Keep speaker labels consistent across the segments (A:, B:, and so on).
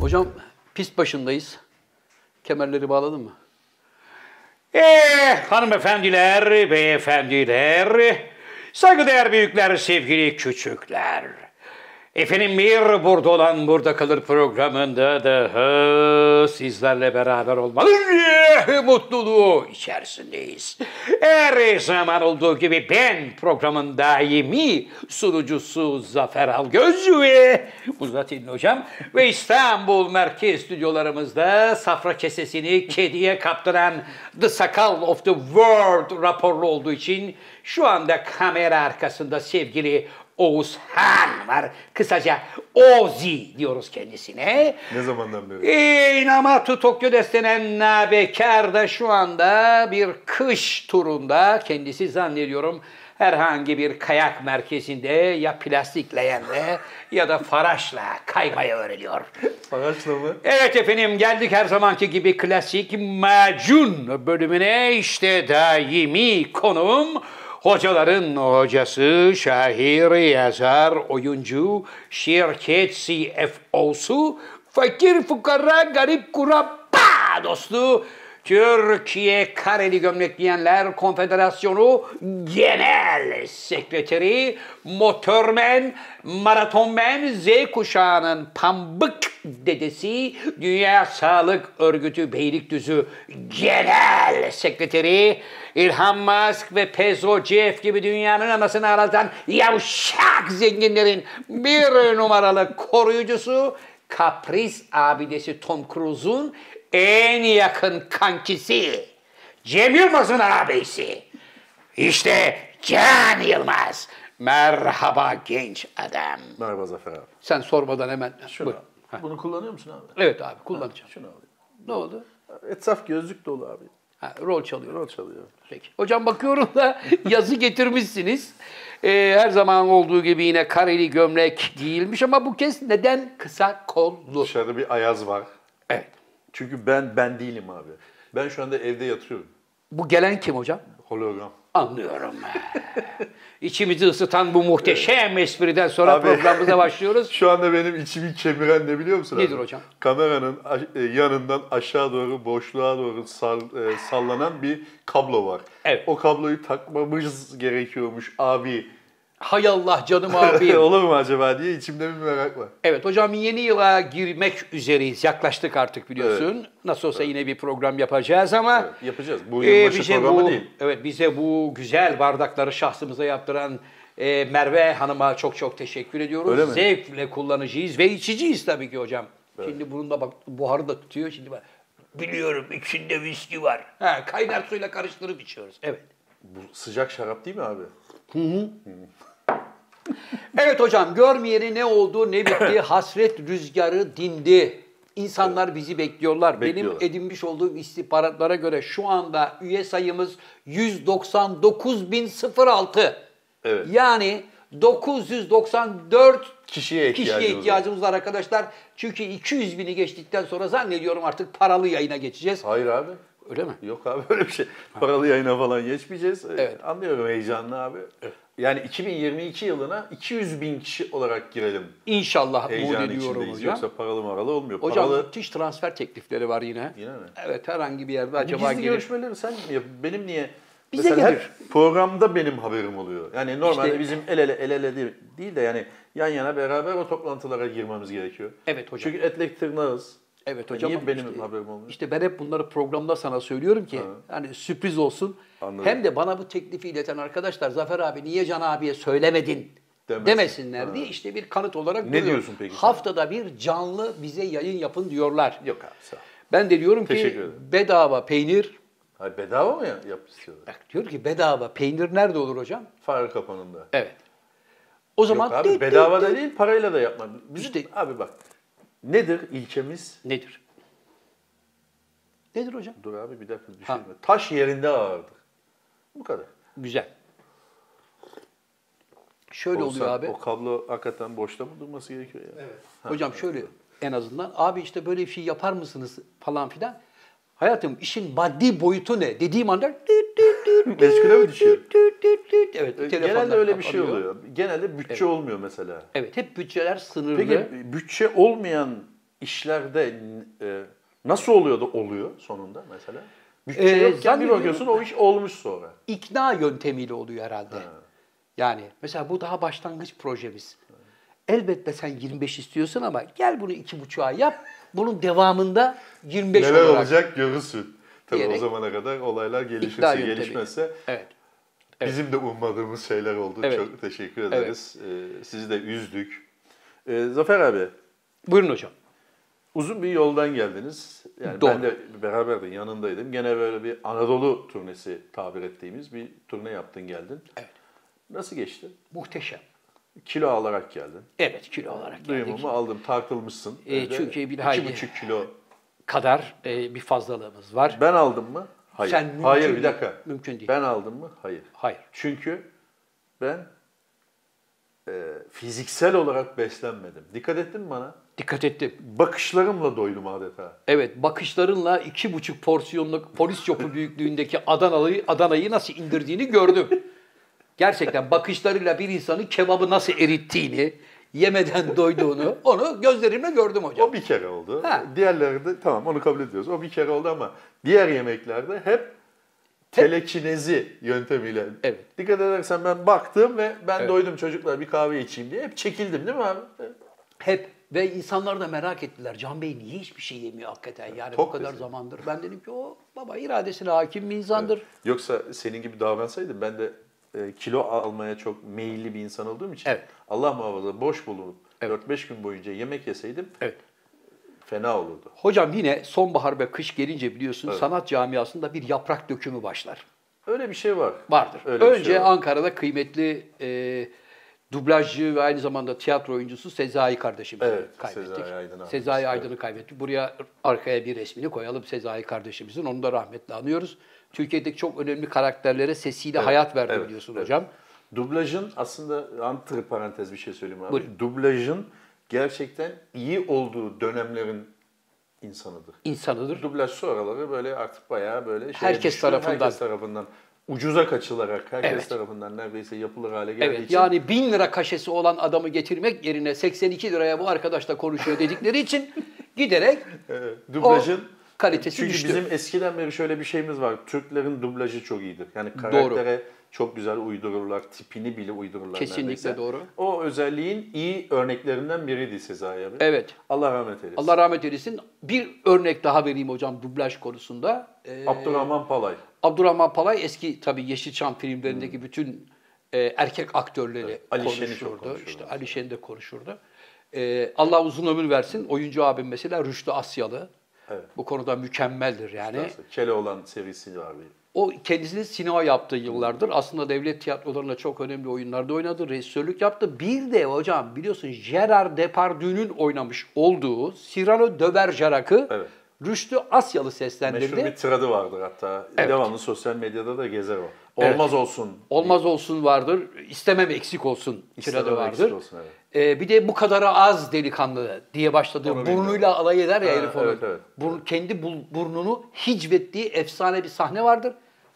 A: Hocam pist başındayız. Kemerleri bağladın mı?
B: Eh hanımefendiler, beyefendiler, saygıdeğer büyükler, sevgili küçükler. Efendim bir burada olan burada kalır programında da sizlerle beraber olmanın eh, mutluluğu içerisindeyiz. Her zaman olduğu gibi ben programın daimi sunucusu Zafer Algöz ve Muzatin Hocam ve İstanbul Merkez Stüdyolarımızda safra kesesini kediye kaptıran The Sakal of the World raporlu olduğu için şu anda kamera arkasında sevgili Oğuzhan var. Kısaca Ozi diyoruz kendisine.
C: Ne zamandan beri?
B: Ee, Inamatu Tokyo destenen Nabekar da şu anda bir kış turunda kendisi zannediyorum herhangi bir kayak merkezinde ya plastikleyenle ya da faraşla kaymayı öğreniyor.
C: Paraşla mı?
B: Evet efendim geldik her zamanki gibi klasik macun bölümüne işte daimi konuğum hocaların hocası, şair, yazar, oyuncu, şirket CFO'su, fakir fukara garip kurabba dostu, Türkiye Kareli Gömlek Giyenler Konfederasyonu Genel Sekreteri, motormen, maratonmen, Z kuşağının pambık dedesi, Dünya Sağlık Örgütü Beylikdüzü Genel Sekreteri, İlhan Musk ve Pezo Jeff gibi dünyanın anasını ağlatan yavşak zenginlerin bir numaralı koruyucusu, kapris abidesi Tom Cruise'un en yakın kankisi, Cem Yılmaz'ın abisi. İşte Can Yılmaz. Merhaba genç adam.
C: Merhaba Zafer abi.
A: Sen sormadan hemen.
D: Şunu.
A: Buyur. Ha.
D: Bunu kullanıyor musun abi?
A: Evet abi kullanacağım.
D: Şunu alayım.
A: Ne oldu?
D: Etsaf gözlük dolu abi.
A: Ha, rol çalıyorum.
D: Rol çalıyor.
A: Peki. Hocam bakıyorum da yazı getirmişsiniz. Ee, her zaman olduğu gibi yine kareli gömlek giyilmiş ama bu kez neden kısa kollu?
C: Dışarıda bir ayaz var.
A: Evet.
C: Çünkü ben ben değilim abi. Ben şu anda evde yatıyorum.
A: Bu gelen kim hocam?
C: Hologram.
A: Anlıyorum. İçimizi ısıtan bu muhteşem espriden sonra
C: Abi.
A: programımıza başlıyoruz.
C: Şu anda benim içimi kemiren ne biliyor musun? abi?
A: Nedir hocam?
C: Kameranın aş- e, yanından aşağı doğru boşluğa doğru sal- e, sallanan bir kablo var.
B: Evet.
C: O kabloyu takmamız gerekiyormuş abi.
A: Hay Allah canım abi.
C: Olur mu acaba diye içimde bir merak var.
A: Evet hocam yeni yıla girmek üzereyiz. Yaklaştık artık biliyorsun. Nasıl olsa yine bir program yapacağız ama
C: Evet, yapacağız. Bu
A: Ee,
C: yılbaşı
A: bize
C: programı
A: bu,
C: değil.
A: Evet bize bu güzel bardakları şahsımıza yaptıran e, Merve Hanım'a çok çok teşekkür ediyoruz.
C: Öyle mi?
A: Zevkle kullanıcıyız ve içiciyiz tabii ki hocam. Şimdi bunun da bak buharı da tutuyor. Şimdi bak biliyorum içinde viski var. Ha, kaynar suyla karıştırıp içiyoruz. Evet.
C: Bu sıcak şarap değil mi abi?
A: Evet hocam görmeyeni ne oldu ne bitti hasret rüzgarı dindi. İnsanlar bizi bekliyorlar.
C: Bekliyorlar.
A: Benim edinmiş olduğum istihbaratlara göre şu anda üye sayımız 199.006.
C: Evet.
A: Yani 994
C: Kişiye ihtiyacımız
A: kişiye
C: var.
A: ihtiyacımız var arkadaşlar. Çünkü 200 bini geçtikten sonra zannediyorum artık paralı yayına geçeceğiz.
C: Hayır abi.
A: Öyle mi?
C: Yok abi öyle bir şey. Paralı yayına falan geçmeyeceğiz. Ee,
A: Evet.
C: Anlıyorum heyecanını abi. Yani 2022 yılına 200 bin kişi olarak girelim.
A: İnşallah umut
C: Heyecan
A: ediyorum
C: içindeyiz.
A: hocam.
C: Yoksa paralı maralı olmuyor.
A: Hocam
C: paralı
A: müthiş transfer teklifleri var yine.
C: Yine mi?
A: Evet herhangi bir yerde acaba
C: gizli
A: gelir.
C: görüşmeleri sen mi yap? Benim niye?
A: Bize
C: Mesela her
A: gelir.
C: programda benim haberim oluyor. Yani normalde
A: İşte-
C: bizim el ele el ele değil, değil de yani yan yana beraber o toplantılara girmemiz gerekiyor.
A: Evet hocam.
C: Çünkü etlek tırnağız. E,
A: Evet hocam.
C: Niye
A: ama
C: benim
A: işte-
C: haberim olmuyor?
A: İşte ben hep bunları programda sana söylüyorum ki hani sürpriz olsun.
C: Anladım.
A: Hem de bana bu teklifi ileten arkadaşlar Zafer abi niye Can abiye söylemedin
C: Demesin.
A: demesinler
C: Ha.
A: diye işte bir kanıt olarak
C: Ne
A: duruyor.
C: diyorsun peki sen?
A: Haftada bir canlı bize yayın yapın diyorlar.
C: Yok abi sağ ol.
A: Ben de diyorum ki
C: Teşekkür ederim.
A: bedava peynir.
C: Hayır, bedava mı ya yap istiyorlar?
A: Bak diyor ki bedava peynir nerede olur hocam?
C: Fare kapanında.
A: Evet. O zaman
C: Yok abi
A: dıt
C: bedava
A: dıt
C: da
A: dıt.
C: değil parayla da yapma. Bizim,
A: İşte-
C: Abi bak nedir ilkemiz?
A: Nedir? Nedir hocam?
C: Dur abi bir dakika düşünme.
A: Ha.
C: Taş yerinde ağırdır. Bu kadar.
A: Güzel. Şöyle
C: Olsa
A: oluyor abi.
C: O kablo hakikaten boşta mı durması gerekiyor ya? Evet.
A: Hocam şöyle en azından abi işte böyle bir şey yapar mısınız falan filan. Hayatım işin maddi boyutu ne dediğim anda düt düt düt
C: Meşgule mi düşüyor?
A: düt düt düt düt. Evet,
C: şey. E, Genelde
A: telefonlar
C: öyle bir şey
A: kapanıyor.
C: oluyor. Genelde bütçe olmuyor mesela.
A: Evet hep bütçeler sınırlı.
C: Peki bütçe olmayan işlerde e, nasıl oluyor da oluyor sonunda mesela? Bütçe
B: Ee,
C: yokken bir
B: zannediyorum-
C: bakıyorsun o iş olmuş sonra.
B: ikna yöntemiyle oluyor herhalde. Yani mesela bu daha başlangıç projemiz. Elbette sen 25 istiyorsun ama gel bunu 2,5'a yap. Bunun devamında 25
C: Neler
B: olarak.
C: olacak görürsün. Tabii
B: Diyerek-
C: o zamana kadar olaylar
B: İkna
C: gelişirse
B: yöntemi.
C: gelişmezse
B: Evet.
C: bizim de ummadığımız şeyler oldu.
B: Evet.
C: Çok teşekkür ederiz. Ee, sizi de üzdük. Ee, Zafer abi
B: Buyurun hocam.
C: uzun bir yoldan geldiniz. Yani
B: Doğru.
C: ben de beraber de yanındaydım. Gene böyle bir Anadolu turnesi tabir ettiğimiz bir turne yaptın geldin.
B: Evet.
C: Nasıl geçti?
B: Muhteşem.
C: Kilo alarak geldin.
B: Evet kilo olarak geldik.
C: Duyumumu aldım. Tartılmışsın.
B: Ee,
C: Öyle
B: çünkü bir
C: iki
B: hayli-
C: buçuk kilo.
B: Kadar e, bir fazlalığımız var.
C: Ben aldım mı? Hayır.
B: Sen mümkün
C: Hayır
B: değil.
C: bir dakika.
B: Mümkün değil.
C: Ben aldım mı? Hayır.
B: Hayır.
C: Çünkü ben e, fiziksel olarak beslenmedim. Dikkat ettin mi bana?
B: Dikkat ettim.
C: Bakışlarımla doydum adeta.
B: Evet bakışlarınla iki buçuk porsiyonluk polis yopu büyüklüğündeki Adanalı'yı Adana'yı nasıl indirdiğini gördüm. Gerçekten bakışlarıyla bir insanı kebabı nasıl erittiğini, yemeden doyduğunu onu gözlerimle gördüm hocam.
C: O bir kere oldu.
B: Ha.
C: Diğerleri de tamam onu kabul ediyoruz. O bir kere oldu ama diğer yemeklerde hep telekinezi yöntemiyle.
B: Evet.
C: Dikkat edersen ben baktım ve ben
B: Evet.
C: doydum çocuklar bir kahve içeyim diye. Hep çekildim değil mi abi?
B: Hep ve insanlar da merak ettiler. Can Bey niye hiçbir şey yemiyor hakikaten? Yani bu
C: Tok
B: kadar
C: dedi.
B: zamandır. Ben dedim ki o baba iradesine hakim bir insandır.
C: Yoksa senin gibi davransaydım ben de e, kilo almaya çok meyilli bir insan olduğum için
B: Evet.
C: Allah muhafaza boş bulunup
B: Evet.
C: 4-5 gün boyunca yemek yeseydim
B: Evet.
C: fena olurdu.
B: Hocam yine sonbahar ve kış gelince biliyorsun
C: Evet.
B: sanat camiasında bir yaprak dökümü başlar.
C: Öyle bir şey var.
B: Vardır.
C: Öyle bir
B: Önce
C: şey var.
B: Ankara'da kıymetli e, dublajcı ve aynı zamanda tiyatro oyuncusu Sezai kardeşimizi
C: Evet,
B: kaybettik.
C: Sezai Aydın abimiz,
B: Sezai
C: evet.
B: Aydın'ı kaybettik. Buraya arkaya bir resmini koyalım Sezai kardeşimizin. Onu da rahmetle anıyoruz. Türkiye'deki çok önemli karakterlere sesiyle hayat verdi
C: evet,
B: biliyorsun
C: evet.
B: hocam.
C: Dublajın aslında antır parantez bir şey söyleyeyim abi.
B: Buyurun.
C: Dublajın gerçekten iyi olduğu dönemlerin insanıdır.
B: İnsanıdır.
C: Dublaj sonraları böyle artık bayağı böyle şeye
B: Herkes
C: düştü,
B: tarafından.
C: herkes tarafından ucuza kaçılarak herkes
B: Evet.
C: tarafından neredeyse yapılır hale geldiği
B: Evet,
C: için
B: yani bin lira kaşesi olan adamı getirmek yerine 82 liraya bu arkadaşla konuşuyor dedikleri için giderek
C: Evet, e, dublajın e,
B: O kalitesi
C: Çünkü
B: düştü.
C: bizim eskiden beri şöyle bir şeyimiz var. Türklerin dublajı çok iyidir. Yani karaktere çok güzel uydururlar, tipini bile uydururlar
B: Kesinlikle
C: neredeyse.
B: doğru.
C: O özelliğin iyi örneklerinden biriydi Sezai abi.
B: Evet.
C: Allah rahmet eylesin.
B: Allah rahmet eylesin. Bir örnek daha vereyim hocam dublaj konusunda. Ee,
C: Abdurrahman Palay.
B: Abdurrahman Palay eski tabii Yeşilçam filmlerindeki bütün e, erkek aktörleri
C: Hmm. Ali Şen'i çok
B: konuşurdu.
C: konuşurdu
B: İşte
C: mesela.
B: Ali Şen de konuşurdu. E, Allah uzun ömür versin. Oyuncu abim mesela Rüştü Asyalı.
C: Evet.
B: Bu konuda mükemmeldir yani.
C: Keloğlan serisi var bir.
B: O kendisini sinema yaptığı yıllardır. Aslında devlet tiyatrolarında çok önemli oyunlarda oynadı. Rejisörlük yaptı. Bir de hocam biliyorsun Gerard Depardieu'nun oynamış olduğu Cyrano de Bergerac'ı
C: Evet.
B: Rüştü Asyalı
C: Meşhur
B: seslendirdi.
C: bir tiradı vardır hatta.
B: Evet.
C: Devamlı sosyal medyada da gezer o.
B: Evet.
C: Olmaz olsun.
B: Olmaz olsun vardır, istemem eksik olsun
C: İstemem
B: tiradı vardır.
C: eksik olsun, evet.
B: Ee, bir de bu kadara az delikanlı diye başladığı
C: Onu
B: burnuyla
C: bilmiyorum.
B: alay eder ya
C: Ha,
B: herif onun.
C: evet, evet.
B: Burun- kendi bul- burnunu hicvettiği efsane bir sahne vardır.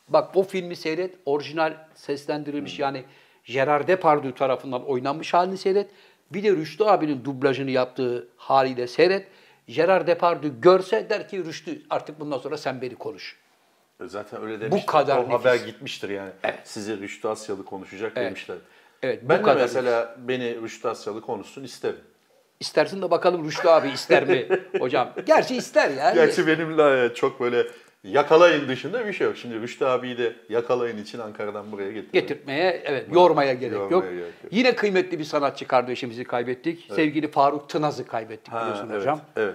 B: Bak o filmi seyret, orijinal seslendirilmiş
C: Hmm.
B: yani Gerard Depardieu tarafından oynanmış halini seyret. Bir de Rüştü abinin dublajını yaptığı haliyle seyret. Gerard Depardieu görse der ki Rüştü artık bundan sonra sen beni konuş.
C: Zaten öyle demişler.
B: kadar
C: o
B: nefis.
C: haber gitmiştir yani. Sizi Rüştü Asyalı konuşacak demişler.
B: Evet, bu
C: ben de
B: kadar
C: mesela beni Rüştü Asyalı konuşsun isterim.
B: İstersin de bakalım Rüştü abi ister mi hocam? Gerçi ister yani.
C: Gerçi benimle e, çok böyle yakalayın dışında bir şey yok. Şimdi Rüştü abiyi de yakalayın için Ankara'dan buraya getirdim.
B: Getirtmeye, evet yormaya gerek
C: Yormaya
B: yok.
C: gerek yok.
B: Yine kıymetli bir sanatçı kardeşimizi kaybettik. Sevgili Faruk Tınaz'ı kaybettik
C: Ha,
B: biliyorsun
C: evet,
B: hocam.
C: Evet.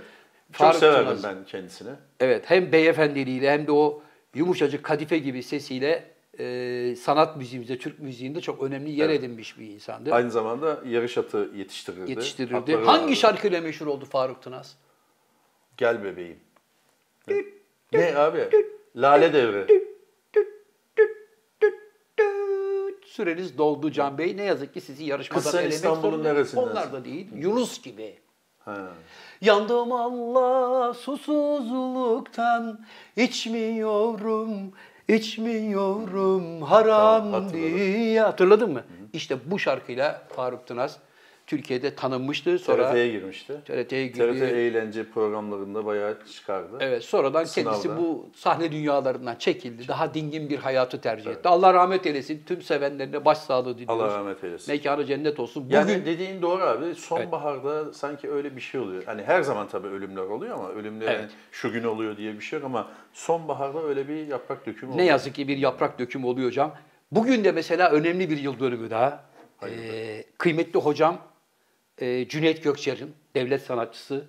C: Çok
B: Faruk
C: severdim
B: Tınaz.
C: ben kendisini.
B: Evet hem beyefendiliğiyle hem de o yumuşacık kadife gibi sesiyle e, sanat müziğimizde, Türk müziğinde çok önemli yer edinmiş bir insandı.
C: Aynı zamanda yarış atı yetiştirirdi.
B: Yetiştirirdi.
C: Atları
B: Hangi
C: vardı.
B: şarkıyla meşhur oldu Faruk Tınaz?
C: Gel bebeğim. ne abi? Lale devri.
B: Süreniz doldu Can Bey. Ne yazık ki sizi yarışmadan
C: Kız sen
B: elemek
C: İstanbul'un
B: zorundayım.
C: neresindensin?
B: Onlar da değil. Yunus gibi.
C: Ha.
B: Yandım Allah susuzluktan içmiyorum içmiyorum haram
C: Tamam, hatırladım.
B: diye hatırladın mı? İşte bu şarkıyla Faruk Tınaz Türkiye'de tanınmıştı. Sonra
C: TRT'ye girmişti.
B: TRT'ye
C: TRT
B: girdi.
C: eğlence programlarında bayağı çıkardı.
B: Evet, sonradan
C: Sınavda.
B: kendisi bu sahne dünyalarından çekildi. Daha dingin bir hayatı tercih etti. Allah rahmet eylesin. Tüm sevenlerine başsağlığı diliyoruz.
C: Allah rahmet eylesin.
B: Mekanı cennet olsun. Bugün
C: Yani dediğin doğru abi. Sonbaharda sanki öyle bir şey oluyor. Hani her zaman tabii ölümler oluyor ama ölümler
B: Evet.
C: hani şu gün oluyor diye bir şey yok ama sonbaharda öyle bir yaprak dökümü
B: ne
C: oluyor.
B: yazık ki bir yaprak dökümü oluyor hocam. Bugün de mesela önemli bir yıl dönümü daha. Ee, kıymetli hocam e, Cüneyt Gökçer'in devlet sanatçısı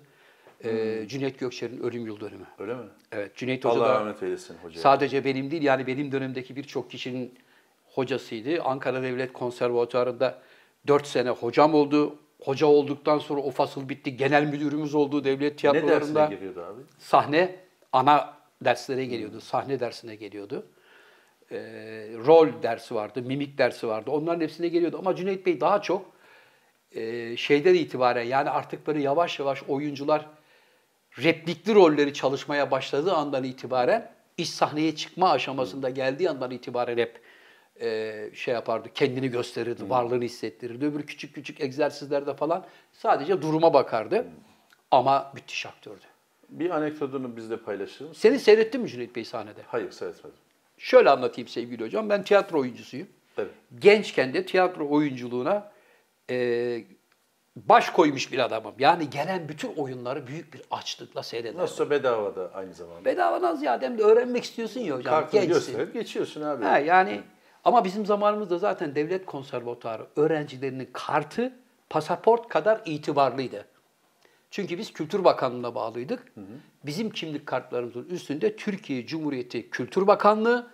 B: e, Cüneyt Gökçer'in ölüm yıl dönümü.
C: Öyle mi?
B: Evet Cüneyt Hoca
C: Allah
B: da
C: rahmet eylesin hocam.
B: Sadece benim değil yani benim dönemdeki birçok kişinin hocasıydı. Ankara Devlet Konservatuarı'nda 4 sene hocam oldu. Hoca olduktan sonra o fasıl bitti. Genel müdürümüz oldu devlet
C: ne dersine
B: tiyatrolarında.
C: giriyordu abi?
B: Sahne ana derslere geliyordu. Sahne dersine geliyordu. Ee, rol dersi vardı, mimik dersi vardı. Onların hepsine geliyordu. Ama Cüneyt Bey daha çok e, şeyden itibaren yani artık böyle yavaş yavaş oyuncular replikli rolleri çalışmaya başladığı andan itibaren iş sahneye çıkma aşamasında geldiği andan itibaren hep e, şey yapardı, kendini gösterirdi, varlığını hissettirirdi. Öbür küçük küçük egzersizlerde falan sadece duruma bakardı. Ama müthiş aktördü.
C: Bir anekdotunu bizle paylaşır mısın?
B: Seni seyrettim mi Cüneyt Bey sahnede?
C: Hayır seyretmedim.
B: Şöyle anlatayım sevgili hocam. Ben tiyatro oyuncusuyum.
C: Evet.
B: Gençken de tiyatro oyunculuğuna e, baş koymuş bir adamım. Yani gelen bütün oyunları büyük bir açlıkla seyrederdim.
C: Nasılsa bedava da aynı zamanda.
B: Bedavadan ziyade hem de öğrenmek istiyorsun ya hocam.
C: Kartını
B: gençsin.
C: gösterip geçiyorsun abi.
B: Ha, yani ama bizim zamanımızda zaten devlet konservatuarı öğrencilerinin kartı pasaport kadar itibarlıydı. Çünkü biz Kültür Bakanlığı'na bağlıydık. Bizim kimlik kartlarımızın üstünde Türkiye Cumhuriyeti Kültür Bakanlığı,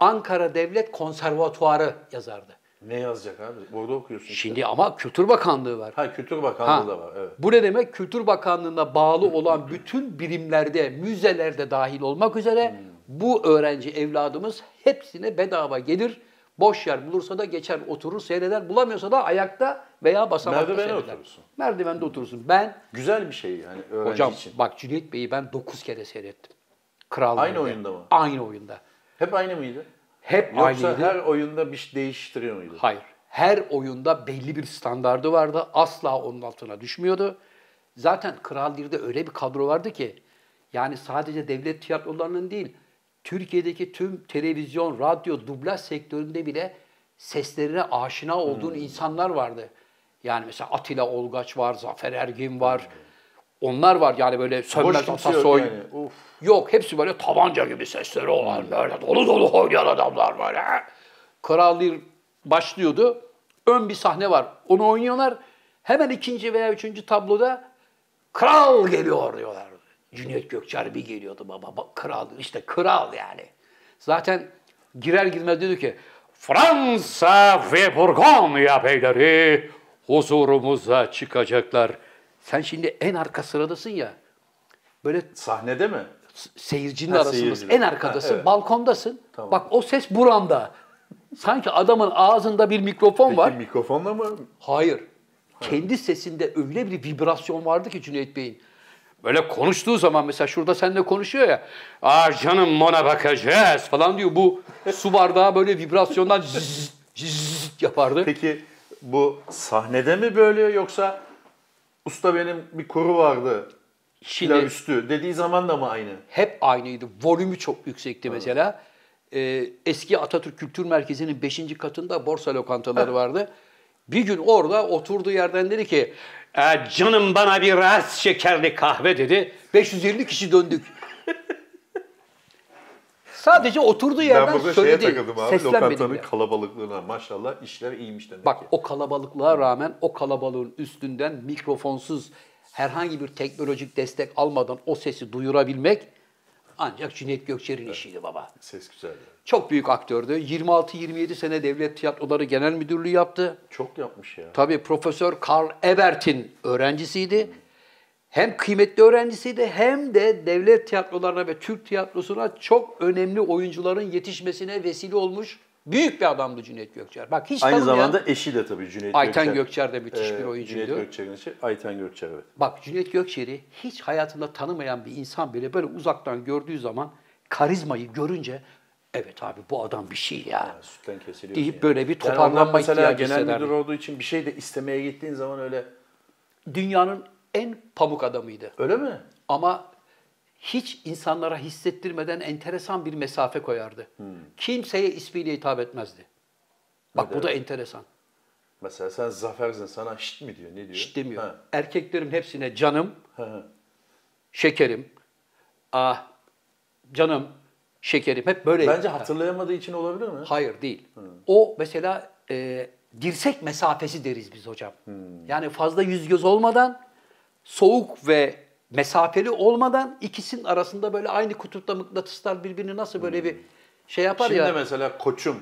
B: Ankara Devlet Konservatuarı yazardı.
C: Ne yazacak abi? Burada okuyorsun. işte.
B: Şimdi ama Kültür Bakanlığı var.
C: Ha Kültür Bakanlığı
B: Ha.
C: da var. Evet.
B: Bu ne demek? Kültür Bakanlığı'na bağlı olan bütün birimlerde, müzelerde dahil olmak üzere
C: Hmm.
B: bu öğrenci evladımız hepsine bedava gelir. Boş yer bulursa da geçer oturur seyreder. Bulamıyorsa da ayakta veya basamakta
C: Merdivene
B: seyreder.
C: oturursun.
B: Merdivende oturursun. Ben
C: Güzel bir şey yani öğrenci
B: hocam
C: için.
B: bak Cüneyt Bey'i ben 9 kere seyrettim. Kral
C: Aynı oyunda mı?
B: Aynı oyunda.
C: Hep aynı mıydı?
B: Hep
C: Yoksa
B: aynıydı.
C: her oyunda bir şey değiştiriyor muydu?
B: Hayır. Her oyunda belli bir standardı vardı. Asla onun altına düşmüyordu. Zaten Kral 1'de öyle bir kadro vardı ki yani sadece devlet tiyatrolarının değil, Türkiye'deki tüm televizyon, radyo, dublaj sektöründe bile seslerine aşina olduğun insanlar vardı. Yani mesela Atilla Olgaç var, Zafer Ergin var. Onlar var yani böyle
C: Boş
B: Sönmez
C: kimse yok
B: Atasoy.
C: yani. Uf. Hmm.
B: Yok hepsi böyle tabanca gibi sesleri olan böyle dolu dolu oynayan adamlar böyle. Kral Lear başlıyordu. Ön bir sahne var. Onu oynuyorlar. Hemen ikinci veya üçüncü tabloda kral geliyor diyorlar. Cüneyt Gökçer bir geliyordu baba. Bak, kral işte kral yani. Zaten girer girmez dedi ki Fransa ve Burgonya beyleri huzurumuza çıkacaklar. Sen şimdi en arka sıradasın ya. Böyle
C: Sahnede mi?
B: seyircinin
C: Ha,
B: arasındasın.
C: seyircinin.
B: En arkadasın,
C: Ha, evet.
B: balkondasın.
C: Tamam.
B: Bak o ses buranda. Sanki adamın ağzında bir mikrofon
C: Peki
B: var.
C: mikrofonla mı?
B: Hayır. Kendi sesinde öyle bir vibrasyon vardı ki Cüneyt Bey'in. Böyle konuştuğu zaman mesela şurada seninle konuşuyor ya. Aa canım ona bakacağız falan diyor. Bu su bardağı böyle vibrasyondan zzz, zzz yapardı.
C: Peki bu sahnede mi bölüyor yoksa usta benim bir kuru vardı.
B: Şimdi-
C: Pilav üstü dediği zaman da mı aynı?
B: hep aynıydı. Volümü çok yüksekti mesela. Ee, eski Atatürk Kültür Merkezi'nin 5. katında borsa lokantaları vardı. Bir gün orada oturduğu yerden dedi ki "E, canım bana biraz şekerli kahve dedi. 550 kişi döndük. Sadece oturduğu
C: Ben
B: yerden
C: burada şeye
B: söyledi.
C: takıldım abi.
B: Seslenmedi
C: Lokantanın
B: bile.
C: kalabalıklığına maşallah işler iyiymiş demek
B: Bak
C: ki.
B: o kalabalıklığa rağmen o kalabalığın üstünden mikrofonsuz herhangi bir teknolojik destek almadan o sesi duyurabilmek ancak Cüneyt Gökçer'in işiydi baba.
C: Ses güzeldi.
B: Çok büyük aktördü. 26-27 sene Devlet Tiyatroları Genel Müdürlüğü yaptı.
C: Çok yapmış ya.
B: Tabii Profesör Karl Ebert'in öğrencisiydi. Hem kıymetli öğrencisiydi hem de devlet tiyatrolarına ve Türk tiyatrosuna çok önemli oyuncuların yetişmesine vesile olmuş büyük bir adamdı Cüneyt Gökçer. Bak hiç
C: Aynı
B: tanımayan-
C: zamanda eşi de tabii Cüneyt
B: Ayten
C: Gökçer.
B: Gökçer de müthiş bir oyuncuydu.
C: Cüneyt Gökçer'in eşi Ayten Gökçer evet.
B: Bak Cüneyt Gökçer'i hiç hayatında tanımayan bir insan bile böyle uzaktan gördüğü zaman karizmayı görünce Evet abi bu adam bir şey ya.
C: Sütten kesiliyor.
B: Deyip böyle bir toparlanma
C: mesela
B: ihtiyacı
C: genel
B: hisseder.
C: müdür olduğu için bir şey de istemeye gittiğin zaman öyle
B: Dünyanın en pamuk adamıydı.
C: öyle mi?
B: Ama hiç insanlara hissettirmeden enteresan bir mesafe koyardı.
C: Hmm.
B: Kimseye ismiyle hitap etmezdi. Bak bu da enteresan.
C: Mesela sen zafersin sana şit mi diyor? Ne diyor?
B: Hiç demiyor.
C: Ha.
B: Erkeklerin hepsine canım,
C: ha, ha.
B: şekerim, ah, canım, şekerim hep böyle.
C: Bence hatırlayamadığı için olabilir mi?
B: Hayır değil. O mesela e, dirsek mesafesi deriz biz hocam.
C: Hmm.
B: Yani fazla yüz göz olmadan, soğuk ve mesafeli olmadan ikisinin arasında böyle aynı kutupta mıknatıslar birbirini nasıl böyle bir şey yapar
C: Hmm. Şimdi
B: ya.
C: mesela koçum,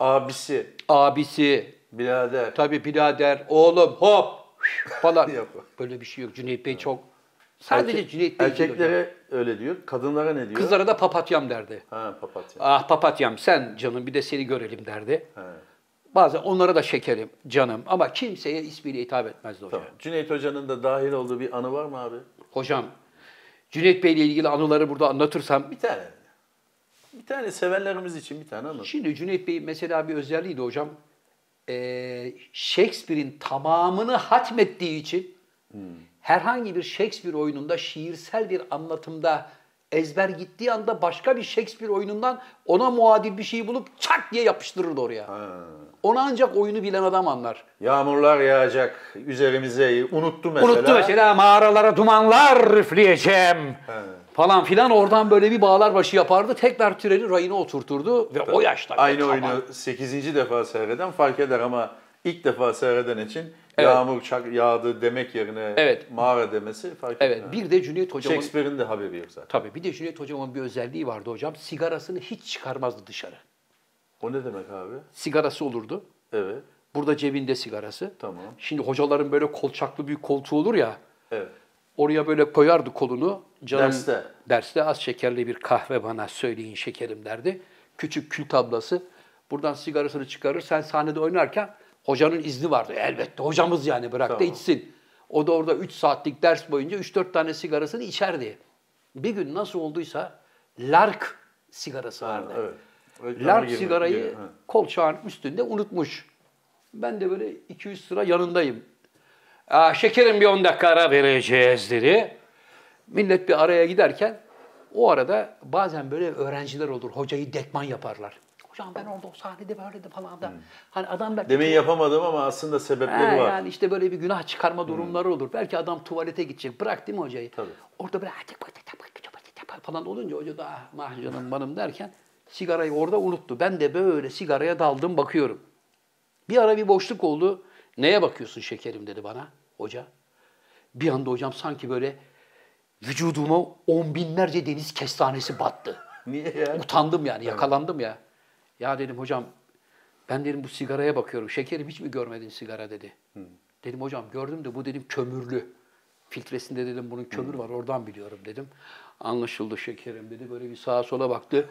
C: abisi,
B: Abisi,
C: birader.
B: tabii birader, oğlum hop falan.
C: Yapar.
B: böyle bir şey yok. Cüneyt Bey çok... Sadece
C: Erkek-
B: Cüneyt Bey için hocam.
C: Erkeklere öyle diyor, kadınlara ne diyor?
B: Kızlara da papatyam derdi.
C: Ha papatya.
B: Ah papatyam sen canım bir de seni görelim derdi.
C: Ha.
B: Bazen onlara da şekerim, canım ama kimseye ismiyle hitap etmezdi hocam.
C: Tamam. Cüneyt Hoca'nın da dahil olduğu bir anı var mı abi?
B: Hocam, Cüneyt Bey ile ilgili anıları burada anlatırsam...
C: Bir tane. Bir tane sevenlerimiz için bir tane anı.
B: Şimdi Cüneyt Bey'in mesela bir özelliği de hocam, eee, Shakespeare'in tamamını hatmettiği için herhangi bir Shakespeare oyununda şiirsel bir anlatımda ezber gittiği anda başka bir Shakespeare oyunundan ona muadil bir şey bulup çak diye yapıştırırdı oraya.
C: Ha.
B: Onu ancak oyunu bilen adam anlar.
C: Yağmurlar yağacak üzerimize. Unuttu mesela.
B: Unuttu mesela mağaralara dumanlar üfleyeceğim falan filan oradan böyle bir bağlar başı yapardı. Tekrar treni rayına oturturdu ve o yaşta
C: Aynı
B: tamam.
C: oyunu 8. defa seyreden fark eder ama ilk defa seyreden için
B: Evet.
C: yağmur çak yağdı demek yerine
B: Evet.
C: mağara demesi fark
B: Evet
C: etmez.
B: bir de Cüneyt hocamın
C: Shakespeare'in de haberi yok zaten.
B: tabii bir de Cüneyt hocamın bir özelliği vardı hocam. Sigarasını hiç çıkarmazdı dışarı.
C: O ne demek abi?
B: Sigarası olurdu.
C: Evet.
B: Burada cebinde sigarası.
C: Tamam.
B: Şimdi hocaların böyle kolçaklı büyük koltuğu olur ya.
C: Evet.
B: Oraya böyle koyardı kolunu. Canım,
C: Derste.
B: Derste az şekerli bir kahve bana söyleyin şekerim derdi. Küçük kül tablası. Buradan sigarasını çıkarır. Sen sahnede oynarken hocanın izni vardı. Elbette hocamız yani bırak da
C: Tamam.
B: içsin. O da orada 3 saatlik ders boyunca 3-4 tane sigarasını içerdi. Bir gün nasıl olduysa Lark sigarası vardı.
C: Evet. Reklama
B: Larp
C: girme-
B: sigarayı
C: gir- ha.
B: kolçağın üstünde unutmuş. Ben de böyle 2-3 sıra yanındayım. Aa, şekerim bir 10 dakika ara vereceğiz dedi. Millet bir araya giderken o arada bazen böyle öğrenciler olur. Hocayı dekman yaparlar. Hocam ben orada o sahnede böyle de falan da.
C: Hmm.
B: Hani adam belki
C: Demeyi yapamadım ama aslında sebepleri
B: He,
C: var. Hmm.
B: yani işte böyle bir günah çıkarma durumları olur. Belki adam tuvalete gidecek. Bırak değil mi hocayı?
C: Tabii.
B: Orada böyle "Ah, tık, tık, tık, tık, tık, tık, tık" falan olunca hoca da ah mah canım manım derken sigarayı orada unuttu. Ben de böyle sigaraya daldım bakıyorum. Bir ara bir boşluk oldu. Neye bakıyorsun şekerim dedi bana hoca. Bir anda hocam sanki böyle vücuduma on binlerce deniz kestanesi battı.
C: Niye ya?
B: Utandım yani, yakalandım ya. Ya dedim hocam, ben dedim bu sigaraya bakıyorum. Şekerim hiç mi görmedin sigara dedi. Dedim hocam gördüm de bu dedim kömürlü. Filtresinde dedim bunun kömür var oradan biliyorum dedim. Anlaşıldı şekerim dedi. Böyle bir sağa sola baktı.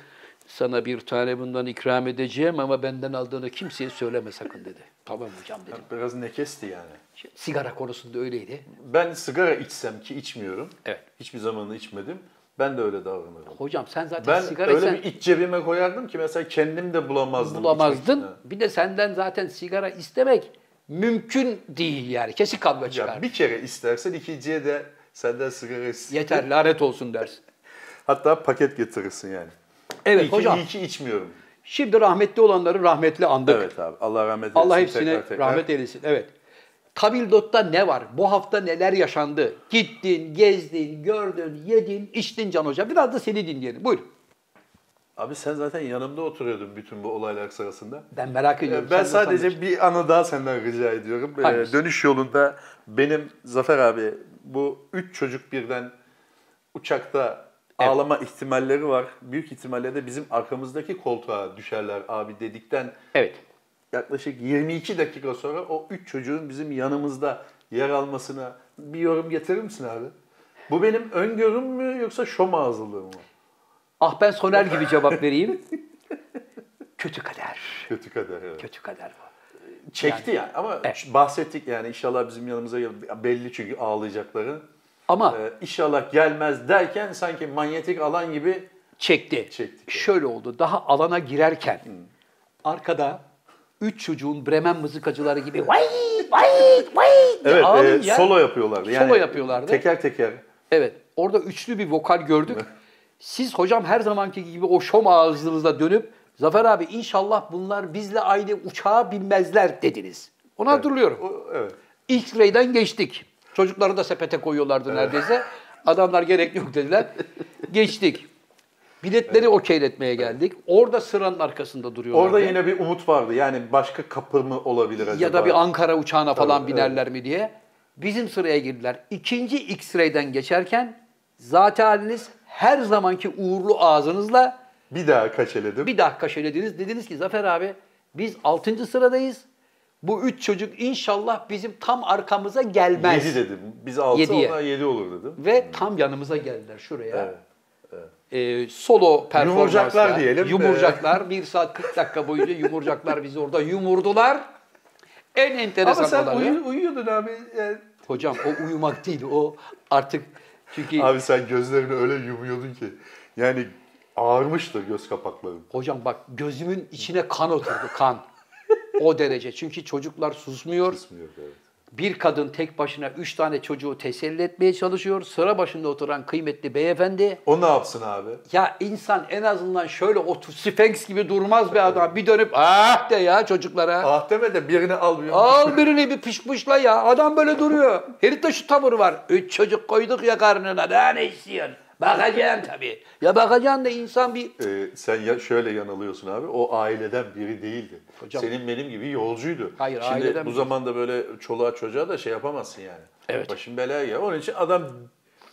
B: Sana bir tane bundan ikram edeceğim ama benden aldığını kimseye söyleme sakın dedi. tamam hocam dedim.
C: Biraz nekesti yani.
B: Sigara konusunda öyleydi.
C: Ben sigara içsem ki içmiyorum.
B: Evet.
C: Hiçbir zamanını içmedim. Ben de öyle davranırım.
B: Hocam sen zaten
C: Ben
B: sigara
C: öyle
B: içsen-
C: bir iç cebime koyardım ki mesela kendim de bulamazdım.
B: bulamazdın.
C: içmek için.
B: Bir de senden zaten sigara istemek mümkün değil yani. Kesin kavga
C: Ya
B: çıkar.
C: bir kere istersen ikinciye de senden sigara is-
B: Yeter lanet olsun dersin.
C: Hatta paket getirirsin yani.
B: Evet
C: iyi ki,
B: hocam.
C: iyi ki içmiyorum.
B: Şimdi rahmetli olanları rahmetli andık.
C: Evet abi Allah rahmet eylesin.
B: Allah hepsine
C: Tekrar tekrar.
B: rahmet eylesin. Evet. Tabildot'ta ne var? Bu hafta neler yaşandı? Gittin, gezdin, gördün, yedin, içtin Can Hoca. Biraz da seni dinleyelim. Buyur.
C: Abi sen zaten yanımda oturuyordun bütün bu olaylar sırasında.
B: Ben merak ediyorum.
C: Ee, Ben
B: Sen de sandık.
C: sadece bir anı daha senden rica ediyorum. Ee,
B: Hangisi?
C: Dönüş yolunda benim Zafer abi bu üç çocuk birden uçakta ağlama ihtimalleri var. Büyük ihtimalle de bizim arkamızdaki koltuğa düşerler abi dedikten
B: Evet.
C: yaklaşık 22 dakika sonra o üç çocuğun bizim yanımızda yer almasına bir yorum getirir misin abi? Bu benim öngörüm mü yoksa şom ağızlılığı mı?
B: Ah ben Soner gibi cevap vereyim. kötü kader.
C: Kötü kader evet.
B: Kötü kader bu.
C: Çekti yani, ama şu- bahsettik yani inşallah bizim yanımıza gel- belli çünkü ağlayacakları.
B: Ama
C: Ee, inşallah gelmez derken sanki manyetik alan gibi
B: çekti.
C: Çektik, Hmm.
B: Şöyle oldu. Daha alana girerken arkada üç çocuğun Bremen mızıkacıları gibi vay vay vay diye
C: Evet, e,
B: ağlayınca-
C: solo yapıyorlardı. Yani
B: Solo yapıyorlardı.
C: Teker teker.
B: Evet. Orada üçlü bir vokal gördük. Siz hocam her zamanki gibi o şom ağzınıza dönüp Zafer abi inşallah bunlar bizle aynı uçağa binmezler dediniz. Onu hatırlıyorum.
C: O, evet.
B: İlk reyden geçtik. Çocukları da sepete koyuyorlardı neredeyse. Adamlar gerek yok dediler. Geçtik. Biletleri okeyletmeye geldik. Orada sıranın arkasında duruyorlardı.
C: Orada yine bir umut vardı. Yani başka kapı mı olabilir acaba?
B: ya da bir Ankara uçağına falan
C: Tabii,
B: binerler mi diye. Bizim sıraya girdiler. İkinci X-ray'den geçerken zaten haliniz her zamanki uğurlu ağzınızla
C: Bir daha kaçeledim.
B: bir dakika şöyle dediniz. Dediniz ki Zafer abi biz 6. sıradayız. Bu üç çocuk inşallah bizim tam arkamıza gelmez.
C: 7 dedim. Biz 6
B: Yediye.
C: onlar 7 olur dedim.
B: Ve tam yanımıza geldiler şuraya.
C: Evet,
B: Ee, solo performansla.
C: Yumurcaklar diyelim.
B: Yumurcaklar. 1 saat 40 dakika boyunca yumurcaklar bizi orada yumurdular. En enteresan
C: Ama sen
B: olanı-
C: uyu- uyuyordun abi. Yani-
B: Hocam o uyumak değil o artık çünkü
C: Abi sen gözlerini öyle yumuyordun ki. Yani ağarmıştır göz kapakların.
B: hocam bak gözümün içine kan oturdu kan. O derece çünkü çocuklar susmuyor.
C: Kısmıyor evet.
B: Bir kadın tek başına üç tane çocuğu teselli etmeye çalışıyor. Sıra başında oturan kıymetli beyefendi
C: O ne yapsın abi?
B: Ya insan en azından şöyle otur, Sphinx gibi durmaz be adam. Bir dönüp ah de ya çocuklara.
C: Ah deme de birini al bir
B: Al birini bir pışpışla ya. Adam böyle duruyor. Herifte şu tavır var. Üç çocuk koyduk ya karnına. Daha ne istiyorsun? Bakacaksın tabii. Ya bakacaksın da insan bir...
C: Ee, sen ya şöyle yanılıyorsun abi. O aileden biri değildi.
B: Hocam-
C: Senin benim gibi yolcuydu.
B: Hayır,
C: Şimdi
B: aileden
C: bu
B: biri.
C: zamanda böyle çoluğa çocuğa da şey yapamazsın yani.
B: Evet.
C: Başın belaya ya. Onun için adam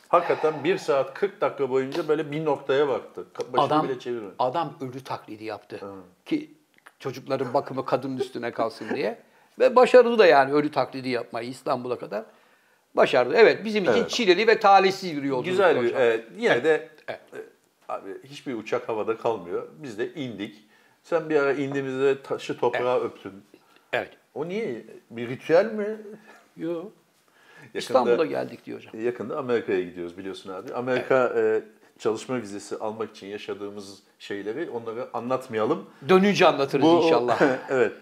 C: hakikaten 1 saat 40 dakika boyunca böyle bir noktaya baktı. Ka- Başını
B: Adam,
C: bile çevirmedi.
B: adam ölü taklidi yaptı. Ki çocukların bakımı kadının üstüne kalsın diye. Ve başarılı da yani ölü taklidi yapmayı İstanbul'a kadar. Başardı. Evet bizim için
C: Evet.
B: çileli ve talihsiz bir yolculuk.
C: Güzel bir,
B: hocam.
C: e, yine de e, abi hiçbir uçak havada kalmıyor. Biz de indik. Sen bir ara indiğimizde taşı toprağa öptün.
B: Evet.
C: O niye? Bir ritüel mi? Yakında,
B: Yo. İstanbul'a geldik diyor hocam.
C: Yakında Amerika'ya gidiyoruz biliyorsun abi. Amerika e, çalışma vizesi almak için yaşadığımız şeyleri onları anlatmayalım.
B: Dönünce anlatırız inşallah.
C: evet.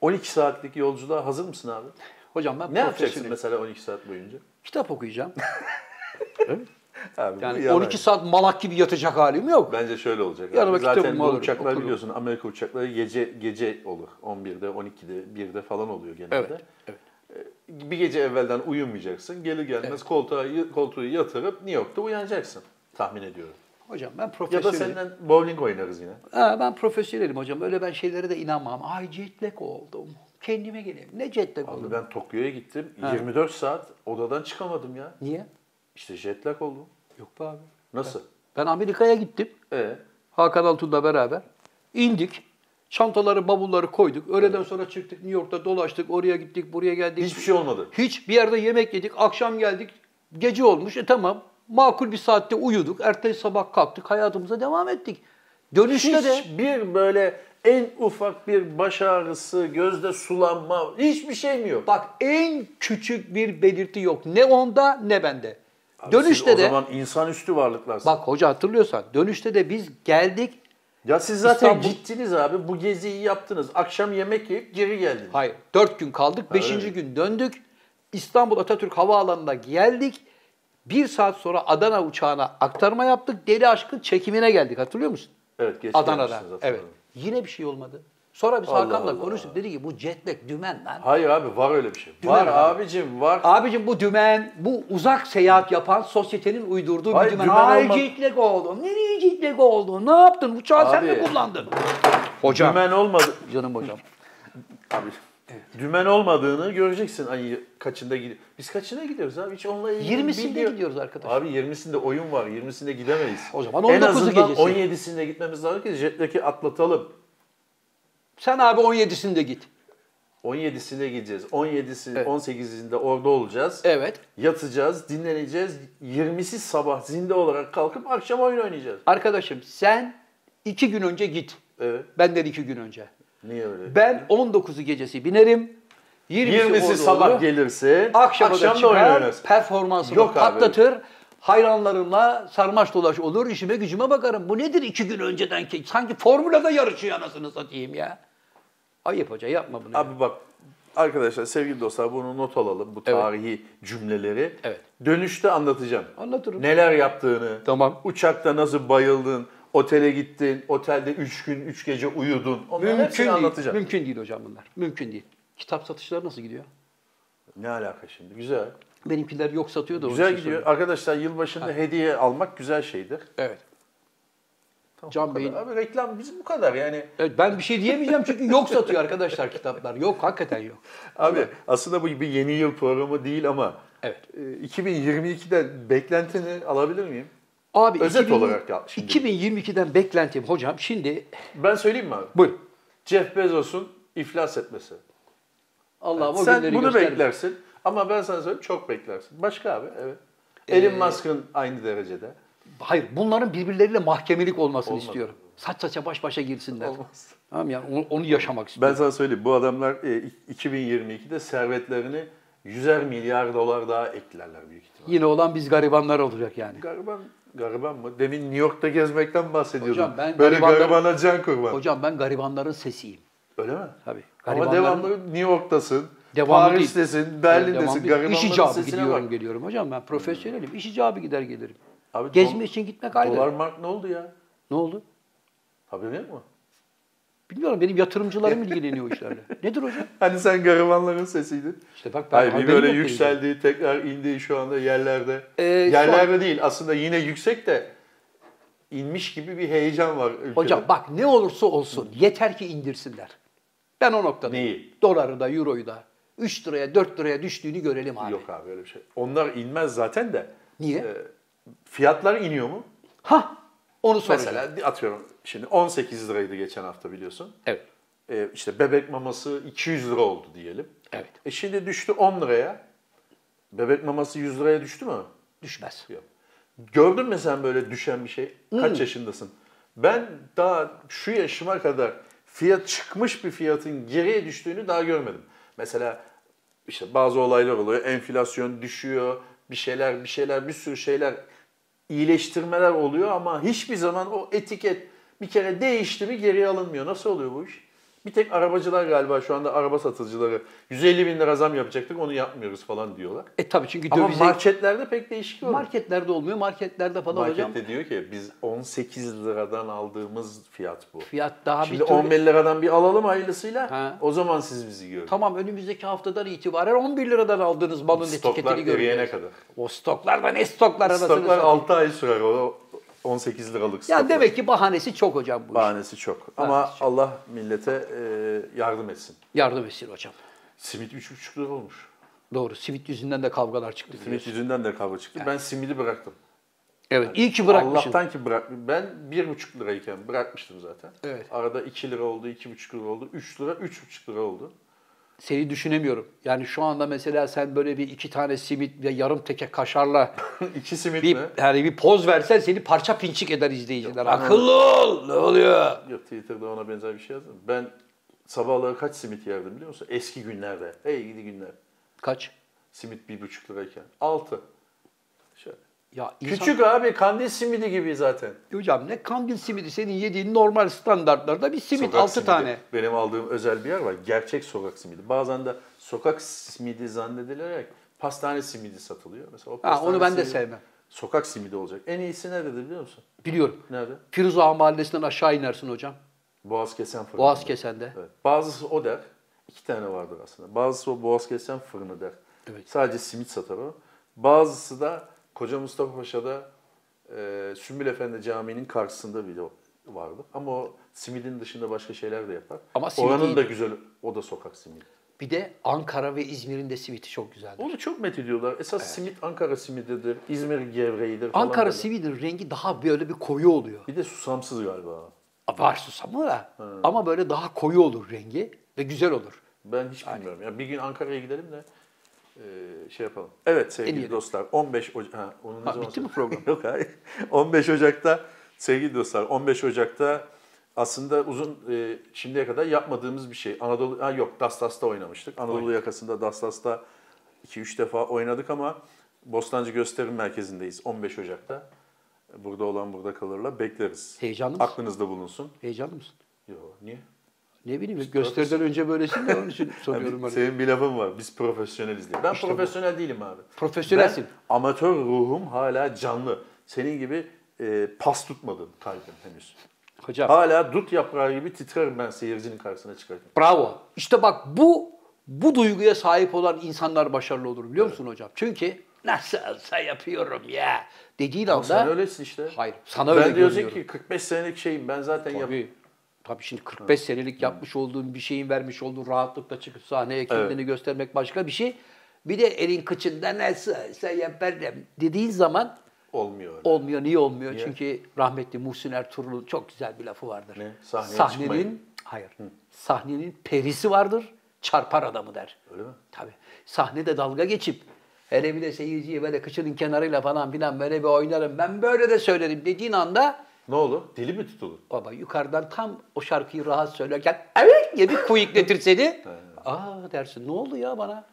C: 12 saatlik yolculuğa hazır mısın abi?
B: Hocam ben
C: Ne yapacaksın
B: profesyonelim.
C: mesela 12 saat boyunca?
B: Kitap okuyacağım.
C: Abi, bu
B: Yani
C: yalan.
B: 12 saat malak gibi yatacak halim yok.
C: Bence şöyle olacak.
B: Yarın
C: abi.
B: vakit
C: Zaten
B: kitabımı
C: bu
B: alırım,
C: uçaklar
B: okurum.
C: biliyorsun Amerika uçakları gece gece olur. 11'de, 12'de, 1'de falan oluyor genelde.
B: Evet, evet.
C: Ee, Bir gece evvelden uyumayacaksın. Gelir gelmez koltuğa, koltuğu yatırıp New York'ta uyanacaksın tahmin ediyorum.
B: Hocam ben
C: Ya da
B: profesyonelim.
C: senden bowling oynarız yine.
B: Ha, ben profesyonelim hocam. Öyle ben şeylere de inanmam. Ay jet lag oldum. Kendime geleyim. Ne jet lag
C: Abi
B: oldum?
C: ben Tokyo'ya gittim. 24 saat odadan çıkamadım ya.
B: Niye?
C: İşte jet lag oldum.
B: Yok be abi.
C: Nasıl?
B: Ben Amerika'ya gittim.
C: Ee,
B: Hakan Altun'la beraber indik. Çantaları, bavulları koyduk. Öğleden sonra çıktık New York'ta dolaştık. Oraya gittik, buraya geldik.
C: hiçbir şey olmadı.
B: Hiç bir yerde yemek yedik, akşam geldik, gece olmuş. E tamam, makul bir saatte uyuduk, ertesi sabah kalktık, hayatımıza devam ettik. Dönüşte de
C: Hiçbir böyle en ufak bir baş ağrısı, gözde sulanma, hiçbir şey mi yok?
B: bak en küçük bir belirti yok. Ne onda ne bende. dönüşte
C: siz
B: de,
C: o zaman insanüstü varlıklarsınız.
B: bak hoca hatırlıyorsan, dönüşte de biz geldik.
C: ya siz zaten
B: İstanbul-
C: gittiniz abi bu geziyi yaptınız. Akşam yemek yiyip geri geldiniz.
B: Hayır, dört gün kaldık, beşinci
C: mi?
B: gün döndük. İstanbul Atatürk Havaalanı'na geldik. Bir saat sonra Adana uçağına aktarma yaptık. Deli Aşk'ın çekimine geldik, hatırlıyor musun?
C: Evet geç
B: Adana'da.
C: gelmişsiniz zaten.
B: Evet. Yine bir şey olmadı. Sonra biz
C: Allah
B: Hakan'la
C: Allah.
B: konuştuk. Dedi ki bu jet lag dümen lan.
C: Hayır abi var öyle bir şey.
B: Dümen
C: var
B: abi.
C: abicim var.
B: Abicim bu dümen, bu uzak seyahat yapan sosyetenin uydurduğu bir
C: Hayır,
B: dümen.
C: dümen
B: Ay
C: olmaz.
B: jet lag oldu. Nereye jet lag oldu? Ne yaptın? Uçağı sen
C: Abi.
B: mi kullandın? Hocam.
C: Dümen olmadı.
B: Canım hocam.
C: Abi. Dümen olmadığını göreceksin ayı kaçında gidiyor. Biz kaçına gidiyoruz abi? Hiç onunla ilgili
B: 20'sinde
C: bilgi yok.
B: gidiyoruz arkadaş.
C: Abi 20'sinde oyun var. 20'sinde gidemeyiz.
B: O zaman
C: En
B: 19'u
C: azından
B: gecesi.
C: 17'sinde gitmemiz lazım ki jetlag'i atlatalım.
B: Sen abi 17'sinde git.
C: 17'sinde gideceğiz. 17'si 18'inde orada olacağız.
B: Evet.
C: Yatacağız, dinleneceğiz. 20'si sabah zinde olarak kalkıp akşam oyun oynayacağız.
B: Arkadaşım sen iki gün önce git.
C: Evet.
B: Benden iki gün önce.
C: Niye öyle?
B: Ben 19'u gecesi binerim. 20'si,
C: 20'si
B: orada
C: sabah
B: olur.
C: gelirse
B: akşama da
C: da oyun
B: çıkar,
C: oynarız.
B: performansını
C: Yok abi.
B: patlatır. Hayranlarımla sarmaş dolaş olur, işime gücüme bakarım. Bu nedir iki gün önceden ki? Sanki formülada yarışıyor anasını satayım ya. Ayıp hoca yapma bunu. ya.
C: Abi bak arkadaşlar sevgili dostlar bunu not alalım bu tarihi cümleleri.
B: Evet.
C: Dönüşte anlatacağım.
B: Anlatırım.
C: Neler yaptığını.
B: Tamam.
C: Uçakta nasıl bayıldın, otele gittin, otelde 3 gün 3 gece uyudun. Onların
B: Mümkün
C: hepsini
B: değil.
C: anlatacağım.
B: Mümkün değil hocam bunlar. Mümkün değil. Kitap satışları nasıl gidiyor?
C: Ne alaka şimdi? Güzel.
B: Benimkiler yok satıyor da. onun
C: Güzel
B: için
C: gidiyor.
B: soruyorum.
C: Arkadaşlar yılbaşında hediye almak güzel şeydir.
B: Evet. Can Bey'in
C: Abi reklam bizim bu kadar yani.
B: Evet, ben bir şey diyemeyeceğim çünkü yok satıyor arkadaşlar kitaplar. Yok hakikaten yok.
C: Abi aslında bu bir yeni yıl programı değil ama
B: Evet.
C: e, 2022'den beklentini alabilir miyim?
B: Abi
C: Özet olarak yap şimdi.
B: 2022'den beklentim hocam şimdi
C: Ben söyleyeyim mi abi?
B: buyurun.
C: Jeff Bezos'un iflas etmesi.
B: Allah'ım o
C: Sen
B: günleri
C: bunu
B: göster.
C: beklersin ama ben sana söyleyeyim çok beklersin. Başka abi evet.
B: Ee,
C: Elon Musk'ın aynı derecede.
B: Hayır bunların birbirleriyle mahkemelik olmasını istiyorum. Saç saça baş başa girsinler.
C: Olmaz.
B: Tamam yani onu, onu yaşamak
C: Ben
B: istiyorum.
C: sana söyleyeyim bu adamlar e, 2022'de servetlerini 100'er milyar dolar daha eklerler büyük ihtimal.
B: Yine olan biz garibanlar olacak yani.
C: Gariban, gariban mı? Demin New York'ta gezmekten bahsediyordum.
B: Hocam ben
C: Böyle
B: garibanlar-
C: garibana can kurban.
B: Hocam ben garibanların sesiyim.
C: Öyle mi?
B: Tabii.
C: Ama devamlı New York'tasın,
B: Devamlı
C: Paris'tesin,
B: değil.
C: Berlin'desin.
B: Devamlı değil.
C: Garibanların
B: İş icabı
C: sesine
B: gidiyorum
C: bak.
B: geliyorum hocam ben profesyonelim. İş icabı gider gelirim.
C: Abi
B: Gezme
C: do-
B: için gitmek ayrı.
C: Dolar mark ne oldu ya?
B: Ne oldu?
C: Haberin yok mu?
B: Bilmiyorum benim yatırımcılarım ilgileniyor o işlerle. Nedir hocam?
C: Hani sen garibanların sesiydin.
B: İşte bak ben
C: Hayır bir
B: haberim
C: böyle
B: yok benim.
C: yükseldi, tekrar indi şu anda yerlerde.
B: Ee,
C: yerlerde değil aslında yine yüksek de inmiş gibi bir heyecan var ülkede.
B: Hocam bak ne olursa olsun yeter ki indirsinler. Ben o noktada.
C: Neyi?
B: Doları da, euroyu da 3 liraya, 4 liraya düştüğünü görelim abi.
C: Yok abi öyle bir şey. Onlar inmez zaten de.
B: Niye?
C: Ee, fiyatlar iniyor mu?
B: Ha, onu soracağım.
C: Mesela atıyorum şimdi 18 liraydı geçen hafta biliyorsun.
B: Evet.
C: Ee, işte bebek maması 200 lira oldu diyelim.
B: Evet.
C: E şimdi düştü 10 liraya. Bebek maması 100 liraya düştü mü?
B: Düşmez.
C: Yok. Gördün mü sen böyle düşen bir şey? Kaç yaşındasın? Ben daha şu yaşıma kadar fiyat çıkmış bir fiyatın geriye düştüğünü daha görmedim. Mesela işte bazı olaylar oluyor. Enflasyon düşüyor. Bir şeyler, bir şeyler, bir sürü şeyler iyileştirmeler oluyor ama hiçbir zaman o etiket bir kere değişti mi geriye alınmıyor. Nasıl oluyor bu iş? Bir tek arabacılar galiba şu anda araba satıcıları 150 bin lira zam yapacaktık onu yapmıyoruz falan diyorlar.
B: E tabii çünkü
C: Ama
B: dövize...
C: marketlerde pek değişik yok.
B: marketlerde olmuyor, marketlerde falan hocam.
C: Markette diyor ki biz 18 liradan aldığımız fiyat bu.
B: Fiyat daha
C: Şimdi
B: bir türlü...
C: 11 liradan bir alalım hayırlısıyla
B: Ha.
C: o zaman siz bizi görün.
B: Tamam önümüzdeki haftadan itibaren 11 liradan aldığınız malın
C: Stoklar
B: etiketini görüyoruz.
C: eriyene kadar.
B: O stoklar da ne stoklar arasını
C: Stoklar 6 ay sürer o 18 liralık
B: Ya
C: stoklar.
B: demek ki bahanesi çok hocam bu iş.
C: Bahanesi çok. Ama
B: Bahanesi
C: Allah millete e, yardım etsin.
B: Yardım etsin hocam.
C: Simit 3,5 lira olmuş.
B: Doğru. Simit yüzünden de kavgalar çıktı.
C: Simit
B: biliyorsun.
C: yüzünden de kavga çıktı. Ben simidi bıraktım.
B: Evet. İyi ki bırakmışsın.
C: Allah'tan ki bırak. Ben 1,5 lirayken bırakmıştım zaten.
B: Evet.
C: Arada 2 lira oldu, 2,5 lira oldu, 3 lira, 3,5 lira oldu.
B: Seni düşünemiyorum. Yani şu anda mesela sen böyle bir iki tane simit ve yarım teke kaşarla
C: İki simit
B: bir,
C: mi?
B: yani bir poz versen seni parça pinçik eder izleyiciler. Akıllı ol. Ne oluyor?
C: Yok Twitter'da ona benzer bir şey yazdım. Ben sabahları kaç simit yerdim biliyor musun? Eski günlerde. Hey gidi günler.
B: Kaç?
C: Simit bir buçuk lirayken. Altı. Şöyle.
B: Ya insan-
C: Küçük abi kandil simidi gibi zaten.
B: Hocam ne kandil simidi senin yediğin normal standartlarda bir simit
C: Sokak
B: altı
C: simidi.
B: tane.
C: Benim aldığım özel bir yer var. Gerçek sokak simidi. Bazen de sokak simidi zannedilerek pastane simidi satılıyor. Mesela o
B: Ha, onu
C: pastane
B: ben de
C: simidi-
B: sevmem.
C: Sokak simidi olacak. En iyisi nerede biliyor musun?
B: Biliyorum.
C: Nerede?
B: Firuze Ağa Mahallesi'nden aşağı inersin hocam.
C: Boğaz kesen fırını.
B: Boğaz kesende.
C: Evet. Bazısı o der. İki tane vardır aslında. Bazısı o boğaz kesen fırını der.
B: Evet.
C: Sadece simit satar o. Bazısı da Koca Mustafa Paşa'da e, Sümbül Efendi Camii'nin karşısında bile o- vardı. Ama o simidin dışında başka şeyler de yapar.
B: Ama simit
C: Oranın
B: iyi.
C: da güzel, o da sokak simidi.
B: Bir de Ankara ve İzmir'in de simiti çok güzeldi.
C: Onu çok met ediyorlar. Esas simit Ankara simididir, İzmir gevreğidir falan.
B: Ankara
C: derler.
B: simidinin rengi daha böyle bir koyu oluyor.
C: Bir de susamsız galiba.
B: Var susamı da ama böyle daha koyu olur rengi ve güzel olur.
C: Ben hiç bilmiyorum. Ya bir gün Ankara'ya gidelim de e, şey yapalım. Evet sevgili
B: Deneyelim.
C: dostlar 15 Ocak ha, onu ne
B: Ha,
C: zaman
B: bitti mi
C: söyleyeyim? Yok hayır. 15 Ocak'ta sevgili dostlar 15 Ocak'ta aslında uzun e, şimdiye kadar yapmadığımız bir şey. Anadolu ha yok Dastas'ta oynamıştık. Anadolu yakasında Dastas'ta 2-3 defa oynadık ama Bostancı Gösterim Merkezi'ndeyiz 15 Ocak'ta. Burada olan burada kalırlar. Bekleriz.
A: Heyecanlı mısın?
C: Aklınızda bulunsun.
A: Heyecanlı mısın?
C: Yok niye?
A: Ne bileyim gösteriden önce böylesin de onun için soruyorum.
C: Abi,
A: hani.
C: senin bir lafın var. Biz profesyoneliz diye. Ben profesyonel değilim abi.
A: Profesyonelsin.
C: Ben amatör ruhum hala canlı. Senin gibi e, pas tutmadım kalbim henüz.
A: Hocam
C: Hala dut yaprağı gibi titrerim ben seyircinin karşısına çıkarken.
A: bravo. İşte bak bu bu duyguya sahip olan insanlar başarılı olur biliyor musun hocam? Çünkü nasıl olsa yapıyorum ya dediğin anda
C: Sen öylesin işte.
A: Hayır, sana
C: ben
A: öyle
C: diyorsun
A: görünüyorum.
C: ki 45 senelik şeyim ben zaten yap.
A: Tabii. Tabii şimdi 45 senelik yapmış olduğun bir şeyin vermiş olduğun rahatlıkla çıkıp sahneye kendini göstermek başka bir şey. Bir de elin kıçında nasıl sen yaparım dediğin zaman
C: Olmuyor öyle.
A: olmuyor. Niye olmuyor? Çünkü rahmetli Muhsin Ertuğrul'un çok güzel bir lafı vardır.
C: Ne? Sahneye
A: sahnenin
C: çıkmayın.
A: hayır. Sahnenin perisi vardır. Çarpar adamı der.
C: Öyle mi?
A: Tabii. Sahnede dalga geçip hele bir de seyirciye böyle kıçının kenarıyla falan filan böyle bir oynarım. Ben böyle de söylerim dediğin anda
C: Ne olur? Dili mi tutulur?
A: Baba yukarıdan tam o şarkıyı rahat söylerken evet diye bir kuyukletir seni. Aa dersin ne oldu ya bana?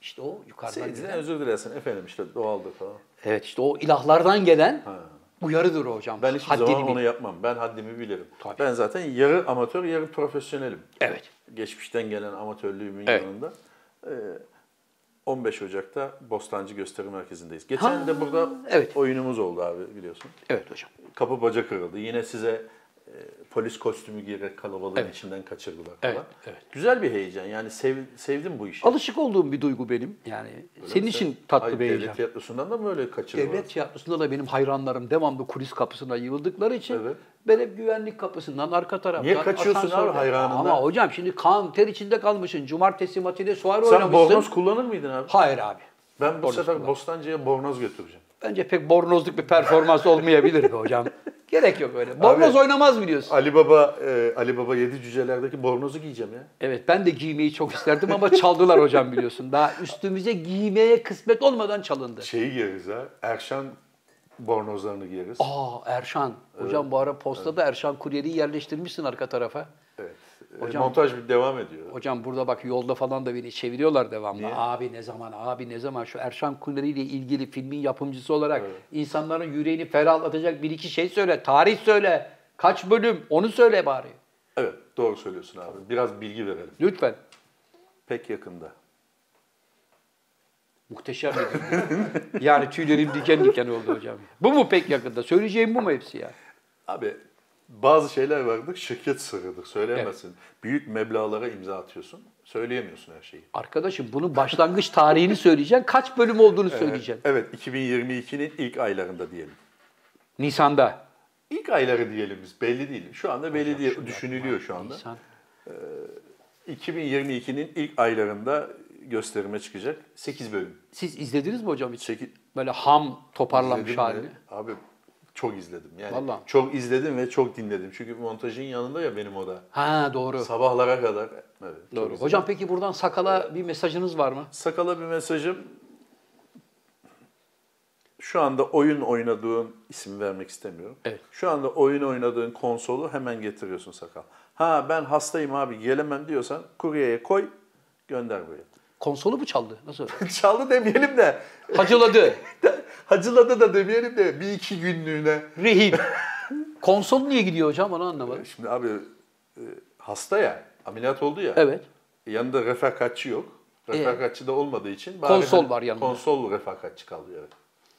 A: İşte o yukarıdan
C: Seyirciden
A: gelen.
C: özür dilersin efendim işte doğaldır falan.
A: Evet işte o ilahlardan gelen uyarıdır o hocam.
C: Ben hiçbir
A: Haddini
C: zaman
A: bil.
C: onu yapmam. Ben haddimi bilirim. Ben zaten yarı amatör, yarı profesyonelim.
A: Evet.
C: Geçmişten gelen amatörlüğümün
A: Evet.
C: yanında. Ee, 15 Ocak'ta Bostancı Gösteri Merkezi'ndeyiz. Geçen de burada
A: evet.
C: oyunumuz oldu abi biliyorsun.
A: Evet hocam.
C: Kapı baca kırıldı. Yine size e, polis kostümü giyerek kalabalığın içinden kaçırdılar falan.
A: Evet, evet.
C: Güzel bir heyecan. Yani sev- sevdim bu işi.
A: Alışık olduğum bir duygu benim. Yani senin için tatlı
C: Hayır,
A: bir
C: Devlet
A: heyecan.
C: tiyatrosundan da mı öyle kaçırdılar?
A: Devlet tiyatrosunda da benim hayranlarım devamlı kulis kapısına yığıldıkları için
C: Evet.
A: ben hep güvenlik kapısından arka taraftan
C: Niye kaçıyorsun abi
A: asansörde-
C: hayranından?
A: Ama hocam şimdi kan ter içinde kalmışsın. Cumartesi matine suar
C: Sen
A: oynamışsın.
C: bornoz kullanır mıydın abi?
A: Hayır abi.
C: Ben bu
A: Bornoz
C: sefer
A: kullan.
C: Bostancı'ya bornoz götüreceğim.
A: Bence pek bornozluk bir performans olmayabilir be hocam. Gerek yok öyle. Bornoz
C: Abi-
A: oynamaz biliyorsun.
C: Ali Baba e, Ali Baba Yedi Cüceler'deki bornozu giyeceğim ya.
A: Evet ben de giymeyi çok isterdim ama çaldılar hocam biliyorsun. Daha üstümüze giymeye kısmet olmadan çalındı.
C: Şeyi giyeriz ha. Erşan bornozlarını giyeriz.
A: Aa Erşan. Hocam bu ara postada Erşan Kuryeli'yi yerleştirmişsin arka tarafa.
C: Evet. E,
A: Hocam-
C: montaj bir devam ediyor.
A: Hocam burada bak yolda falan da beni çeviriyorlar devamlı. Abi ne zaman, abi ne zaman şu Erşan Kuneri ile ilgili filmin yapımcısı olarak insanların yüreğini ferahlatacak bir iki şey söyle. Tarih söyle. Kaç bölüm onu söyle bari.
C: Evet, doğru söylüyorsun abi. Biraz bilgi verelim.
A: Lütfen.
C: Pek yakında.
A: Muhteşem bir gün. yani tüylerim diken diken oldu hocam. Bu mu pek yakında? Söyleyeceğim bu mu hepsi ya?
C: Abi bazı şeyler vardır, şirket sırrıdır. Söyleyemezsin. Büyük meblağlara imza atıyorsun. Söyleyemiyorsun her şeyi.
A: Arkadaşım bunun başlangıç tarihini söyleyeceksin. Kaç bölüm olduğunu söyleyeceksin.
C: Evet, 2022'nin ilk aylarında diyelim.
A: Nisan'da.
C: İlk ayları diyelim biz. Belli değil. Şu anda belli değil. Düşünülüyor şu anda.
A: Nisan.
C: 2022'nin ilk aylarında gösterime çıkacak. 8 bölüm.
A: Siz izlediniz mi hocam hiç?
C: 8
A: Böyle ham toparlanmış
C: İzledin mi?
A: halini.
C: Abi çok izledim. Yani
A: Vallahi.
C: çok izledim ve çok dinledim. Çünkü montajın yanında ya benim oda.
A: Ha doğru.
C: Sabahlara kadar. Evet. çok
A: Doğru.
C: izledim.
A: Hocam peki buradan sakala bir mesajınız var mı?
C: Sakala bir mesajım. Şu anda oyun oynadığın isim vermek istemiyorum.
A: Evet.
C: Şu anda oyun oynadığın konsolu hemen getiriyorsun sakal. Ha ben hastayım abi gelemem diyorsan kuryeye koy gönder böyle.
A: Konsolu mu çaldı? Nasıl?
C: Çaldı demeyelim de
A: Hacıladı.
C: hacıladı da demeyelim de bir iki günlüğüne
A: Rehin. Konsol niye gidiyor hocam onu anlamadım.
C: Şimdi abi e, hasta ya, ameliyat oldu ya. E,
A: Evet. E,
C: Yanında refakatçi yok. Refakatçi de olmadığı için. bari
A: Konsol
C: hani
A: var yanında.
C: Konsol refakatçi kalıyor. evet.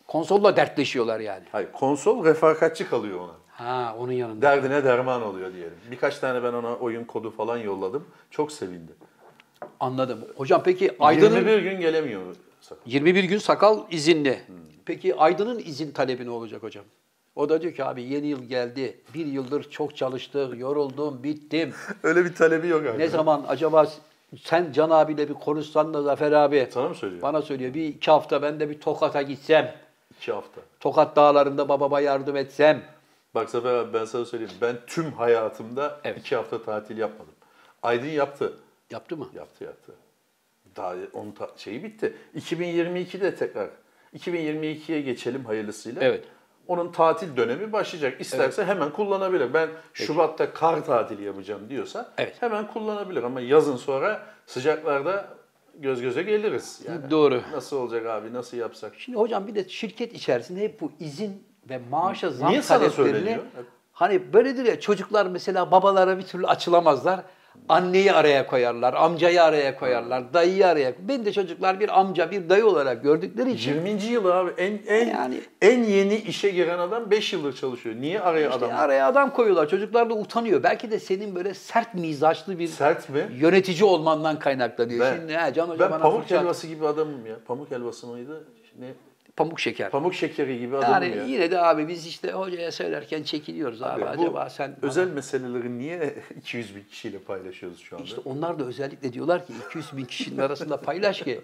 A: Konsolla dertleşiyorlar yani.
C: Hayır, konsol refakatçi kalıyor ona.
A: Ha onun yanında.
C: Derdine derman oluyor diyelim. Birkaç tane ben ona oyun kodu falan yolladım. Çok sevindi.
A: Anladım. Hocam peki Aydın'ın
C: 21 gün gelemiyor. sakın.
A: 21 gün sakal izinli. Hmm. Peki Aydın'ın izin talebi ne olacak hocam? O da diyor ki abi yeni yıl geldi. Bir yıldır çok çalıştık, yoruldum, bittim.
C: Öyle bir talebi yok abi.
A: Ne zaman acaba sen Can abiyle bir konuşsan da Zafer abi.
C: Sana mı söylüyor?
A: Bana söylüyor. Bir iki hafta ben de bir Tokat'a gitsem.
C: İki hafta.
A: Tokat dağlarında babama yardım etsem.
C: Bak Zafer abi ben sana söyleyeyim. Ben tüm hayatımda
A: Evet.
C: iki hafta tatil yapmadım. Aydın yaptı.
A: Yaptı mı?
C: Yaptı yaptı. Daha onun ta- şeyi bitti. 2022'de tekrar. 2022'ye geçelim hayırlısıyla.
A: Evet.
C: Onun tatil dönemi başlayacak. İsterse hemen kullanabilir. Ben Şubat'ta kar tatili yapacağım diyorsa
A: Evet.
C: hemen kullanabilir. Ama yazın sonra sıcaklarda göz göze geliriz. Yani.
A: Doğru.
C: Nasıl olacak abi, nasıl yapsak?
A: Şimdi hocam bir de şirket içerisinde hep bu izin ve maaşa zam
C: Niye sana
A: taleplerini
C: söyleniyor? Evet.
A: hani böyledir ya çocuklar mesela babalara bir türlü açılamazlar. Anneyi araya koyarlar, amcayı araya koyarlar, dayıyı araya. Ben de çocuklar bir amca, bir dayı olarak gördükleri için
C: 20. yıl abi en en
A: Yani-
C: en yeni işe giren adam 5 yıldır çalışıyor. Niye araya
A: işte
C: adam?
A: araya adam koyuyorlar. Çocuklar da utanıyor. Belki de senin böyle sert mizaçlı bir
C: Sert mi?
A: yönetici olmandan kaynaklanıyor. Şimdi he, Can Hoca
C: ben
A: bana
C: pamuk
A: fırça-
C: helvası gibi adamım ya. Pamuk helvası mıydı? Ne?
A: pamuk şeker.
C: Pamuk şekeri gibi adamım
A: yani
C: ya.
A: yine de abi biz işte hocaya söylerken çekiliyoruz abi.
C: Bu
A: Acaba sen
C: özel meseleleri niye 200 bin kişiyle paylaşıyoruz şu anda?
A: İşte onlar da özellikle diyorlar ki 200 bin kişinin arasında paylaş ki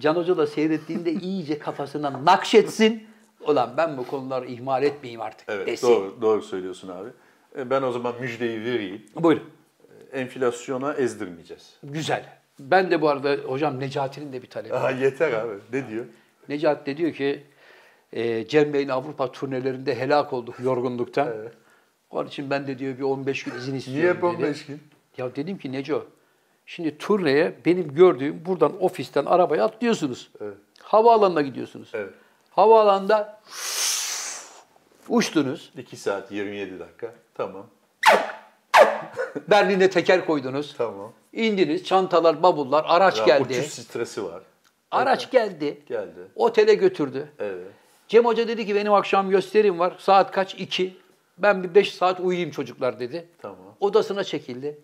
A: Can Hoca da seyrettiğinde iyice kafasına nakşetsin. Ulan ben bu konuları ihmal etmeyeyim artık
C: evet,
A: desin.
C: doğru doğru söylüyorsun abi. E, Ben o zaman müjdeyi vereyim.
A: Buyurun.
C: Enflasyona ezdirmeyeceğiz.
A: Güzel. Ben de bu arada hocam Necati'nin de bir talebi var.
C: Aha, yeter abi. Ne diyor?
A: Necati de diyor ki e, Cem Bey'in Avrupa turnelerinde helak olduk yorgunluktan. Onun için ben de diyor bir 15 gün izin istiyorum
C: Niye
A: dedi.
C: 15 gün?
A: Ya dedim ki Neco, şimdi turneye benim gördüğüm buradan ofisten arabaya atlıyorsunuz. Havaalanına gidiyorsunuz.
C: Evet.
A: Havaalanında uçtunuz.
C: 2 saat 27 dakika. Tamam.
A: Berlin'e teker koydunuz.
C: Tamam.
A: İndiniz, çantalar, bavullar, araç
C: Ya,
A: geldi.
C: Uçuş stresi var.
A: Araç geldi.
C: Geldi.
A: Otele götürdü.
C: Evet.
A: Cem Hoca dedi ki benim akşam gösterim var. Saat kaç? 2. Ben bir 5 saat uyuyayım çocuklar dedi.
C: Tamam.
A: Odasına çekildi.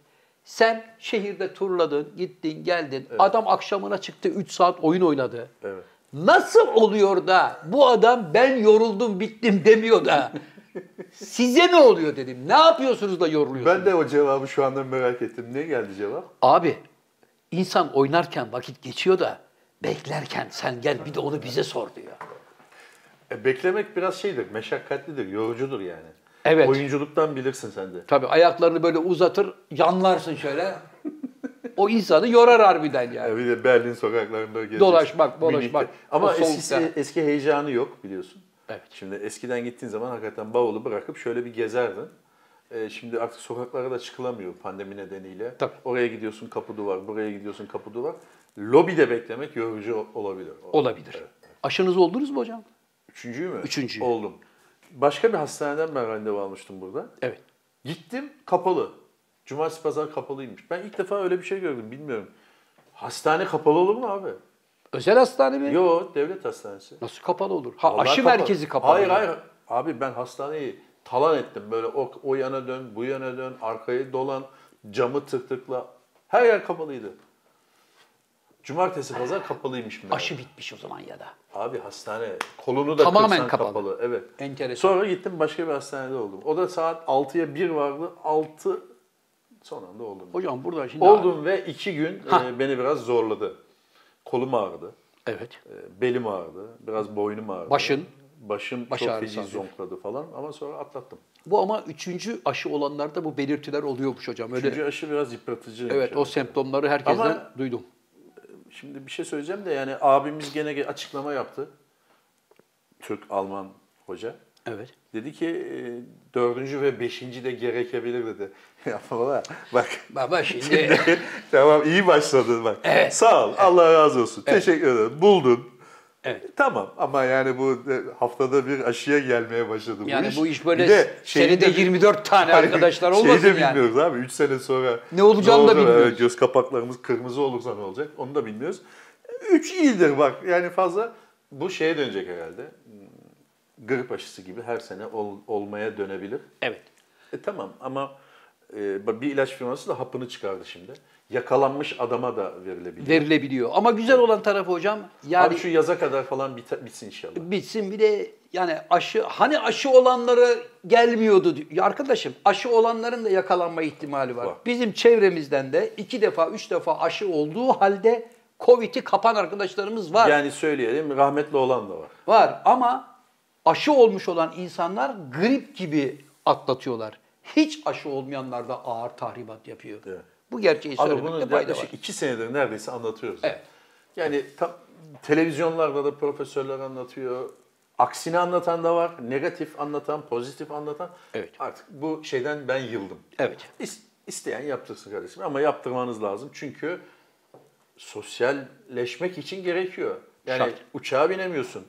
A: Sen şehirde turladın, gittin, geldin. Adam akşamına çıktı 3 saat oyun oynadı.
C: Evet.
A: Nasıl oluyor da bu adam ben yoruldum bittim demiyor da size ne oluyor dedim. Ne yapıyorsunuz da yoruluyorsunuz?
C: Ben de o cevabı şu anda merak ettim. Ne geldi cevap?
A: Abi insan oynarken vakit geçiyor da beklerken sen gel bir de onu bize sor diyor.
C: E, beklemek biraz şeydir, meşakkatlidir, yorucudur yani.
A: Evet.
C: Oyunculuktan bilirsin sen de.
A: Tabii ayaklarını böyle uzatır yanlarsın şöyle. O insanı yorar harbiden yani.
C: E, bir de Berlin sokaklarında gezeceksin.
A: Dolaşmak, dolaşmak.
C: Münih'te.
A: O
C: Ama
A: soğukta.
C: eskisi, eski heyecanı yok biliyorsun.
A: Evet.
C: Şimdi eskiden gittiğin zaman hakikaten bavulu bırakıp şöyle bir gezerdin. E, şimdi artık sokaklara da çıkılamıyor pandemi nedeniyle.
A: Tabii.
C: Oraya gidiyorsun kapı duvar, buraya gidiyorsun kapı duvar. Lobide beklemek yorucu o- olabilir.
A: Olabilir.
C: Evet.
A: Aşınız oldunuz mu hocam?
C: Üçüncüyü mü?
A: Üçüncüyü.
C: Oldum. Başka bir hastaneden ben randevu almıştım burada.
A: Evet.
C: Gittim kapalı. Cumartesi pazar kapalıymış. Ben ilk defa öyle bir şey gördüm bilmiyorum. Hastane kapalı olur mu abi?
A: Özel hastane mi?
C: Yo devlet hastanesi.
A: Nasıl kapalı olur? Ha
C: Vallahi
A: aşı
C: kapalı.
A: merkezi kapalı.
C: Hayır hayır. Abi ben hastaneyi talan ettim. Böyle o, o yana dön, bu yana dön, arkayı dolan, camı tık tıkla. Her yer kapalıydı. Cumartesi pazar kapalıymış. meğer.
A: Aşı bitmiş o zaman ya da.
C: Abi hastane kolunu da
A: Tamamen
C: kırsan
A: kapalı.
C: kapalı. Evet.
A: Enteresan.
C: Sonra gittim başka bir hastanede oldum. O da saat 6'ya 1 vardı. 6 son anda oldum.
A: Hocam burada şimdi...
C: Oldum ve 2 gün
A: Ha.
C: e, beni biraz zorladı. Kolum ağrıdı.
A: Evet.
C: e, Belim ağrıdı. Biraz boynum ağrıdı.
A: Başın?
C: Başım
A: Baş
C: çok
A: ağrısı
C: feci
A: hafif.
C: zonkladı falan ama sonra atlattım.
A: Bu ama üçüncü aşı olanlarda bu belirtiler oluyormuş hocam. Öyle.
C: Üçüncü aşı biraz yıpratıcıymış.
A: evet o semptomları herkesten
C: Ama-
A: duydum.
C: Şimdi bir şey söyleyeceğim de yani abimiz gene açıklama yaptı. Türk-Alman hoca.
A: Evet.
C: Dedi ki e, dördüncü ve beşinci de gerekebilir dedi. Ya baba bak
A: Baba şimdi
C: tamam iyi başladın bak.
A: Evet.
C: Sağ ol Allah razı olsun. Teşekkür ederim. Buldun.
A: Evet.
C: Tamam ama yani bu e, haftada bir aşıya gelmeye başladı
A: yani bu iş böyle
C: Bir de şeyi
A: senede
C: de bil-
A: 24 tane
C: Hayır,
A: arkadaşlar
C: Hani şeyi
A: olmasın
C: de
A: yani.
C: bilmiyoruz abi. 3 sene sonra
A: Ne olacağını da
C: olacak? Evet,
A: bilmiyoruz.
C: Göz kapaklarımız kırmızı olursa ne olacak onu da bilmiyoruz. 3 iyidir bak yani fazla. Bu şeye dönecek herhalde. Hmm, Grip aşısı gibi her sene ol- olmaya dönebilir.
A: Evet.
C: E tamam ama e, bir ilaç firması da hapını çıkardı şimdi. Yakalanmış adama da verilebilir.
A: Verilebiliyor. Ama güzel olan tarafı hocam yani
C: Abi şu yaza kadar falan bite- bitsin inşallah.
A: bitsin bir de yani aşı hani aşı olanlara gelmiyordu. diyor. Ya arkadaşım aşı olanların da yakalanma ihtimali var.
C: Var.
A: Bizim çevremizden de iki defa üç defa aşı olduğu halde Covid'i kapan arkadaşlarımız var.
C: Yani söyleyelim rahmetli olan da var.
A: Var ama aşı olmuş olan insanlar grip gibi atlatıyorlar. Hiç aşı olmayanlar da ağır tahribat yapıyor.
C: Evet.
A: Bu gerçeği
C: Abi bunu
A: söylemekte fayda var.
C: yaklaşık iki senedir neredeyse anlatıyoruz.
A: Evet.
C: Yani tam televizyonlarda da profesörler anlatıyor. Aksini anlatan da var. Negatif anlatan, pozitif anlatan.
A: Evet.
C: Artık bu şeyden ben yıldım.
A: Evet.
C: İs- isteyen yaptırsın kardeşim ama yaptırmanız lazım. Çünkü sosyalleşmek için gerekiyor. Yani
A: Şart.
C: uçağa binemiyorsun.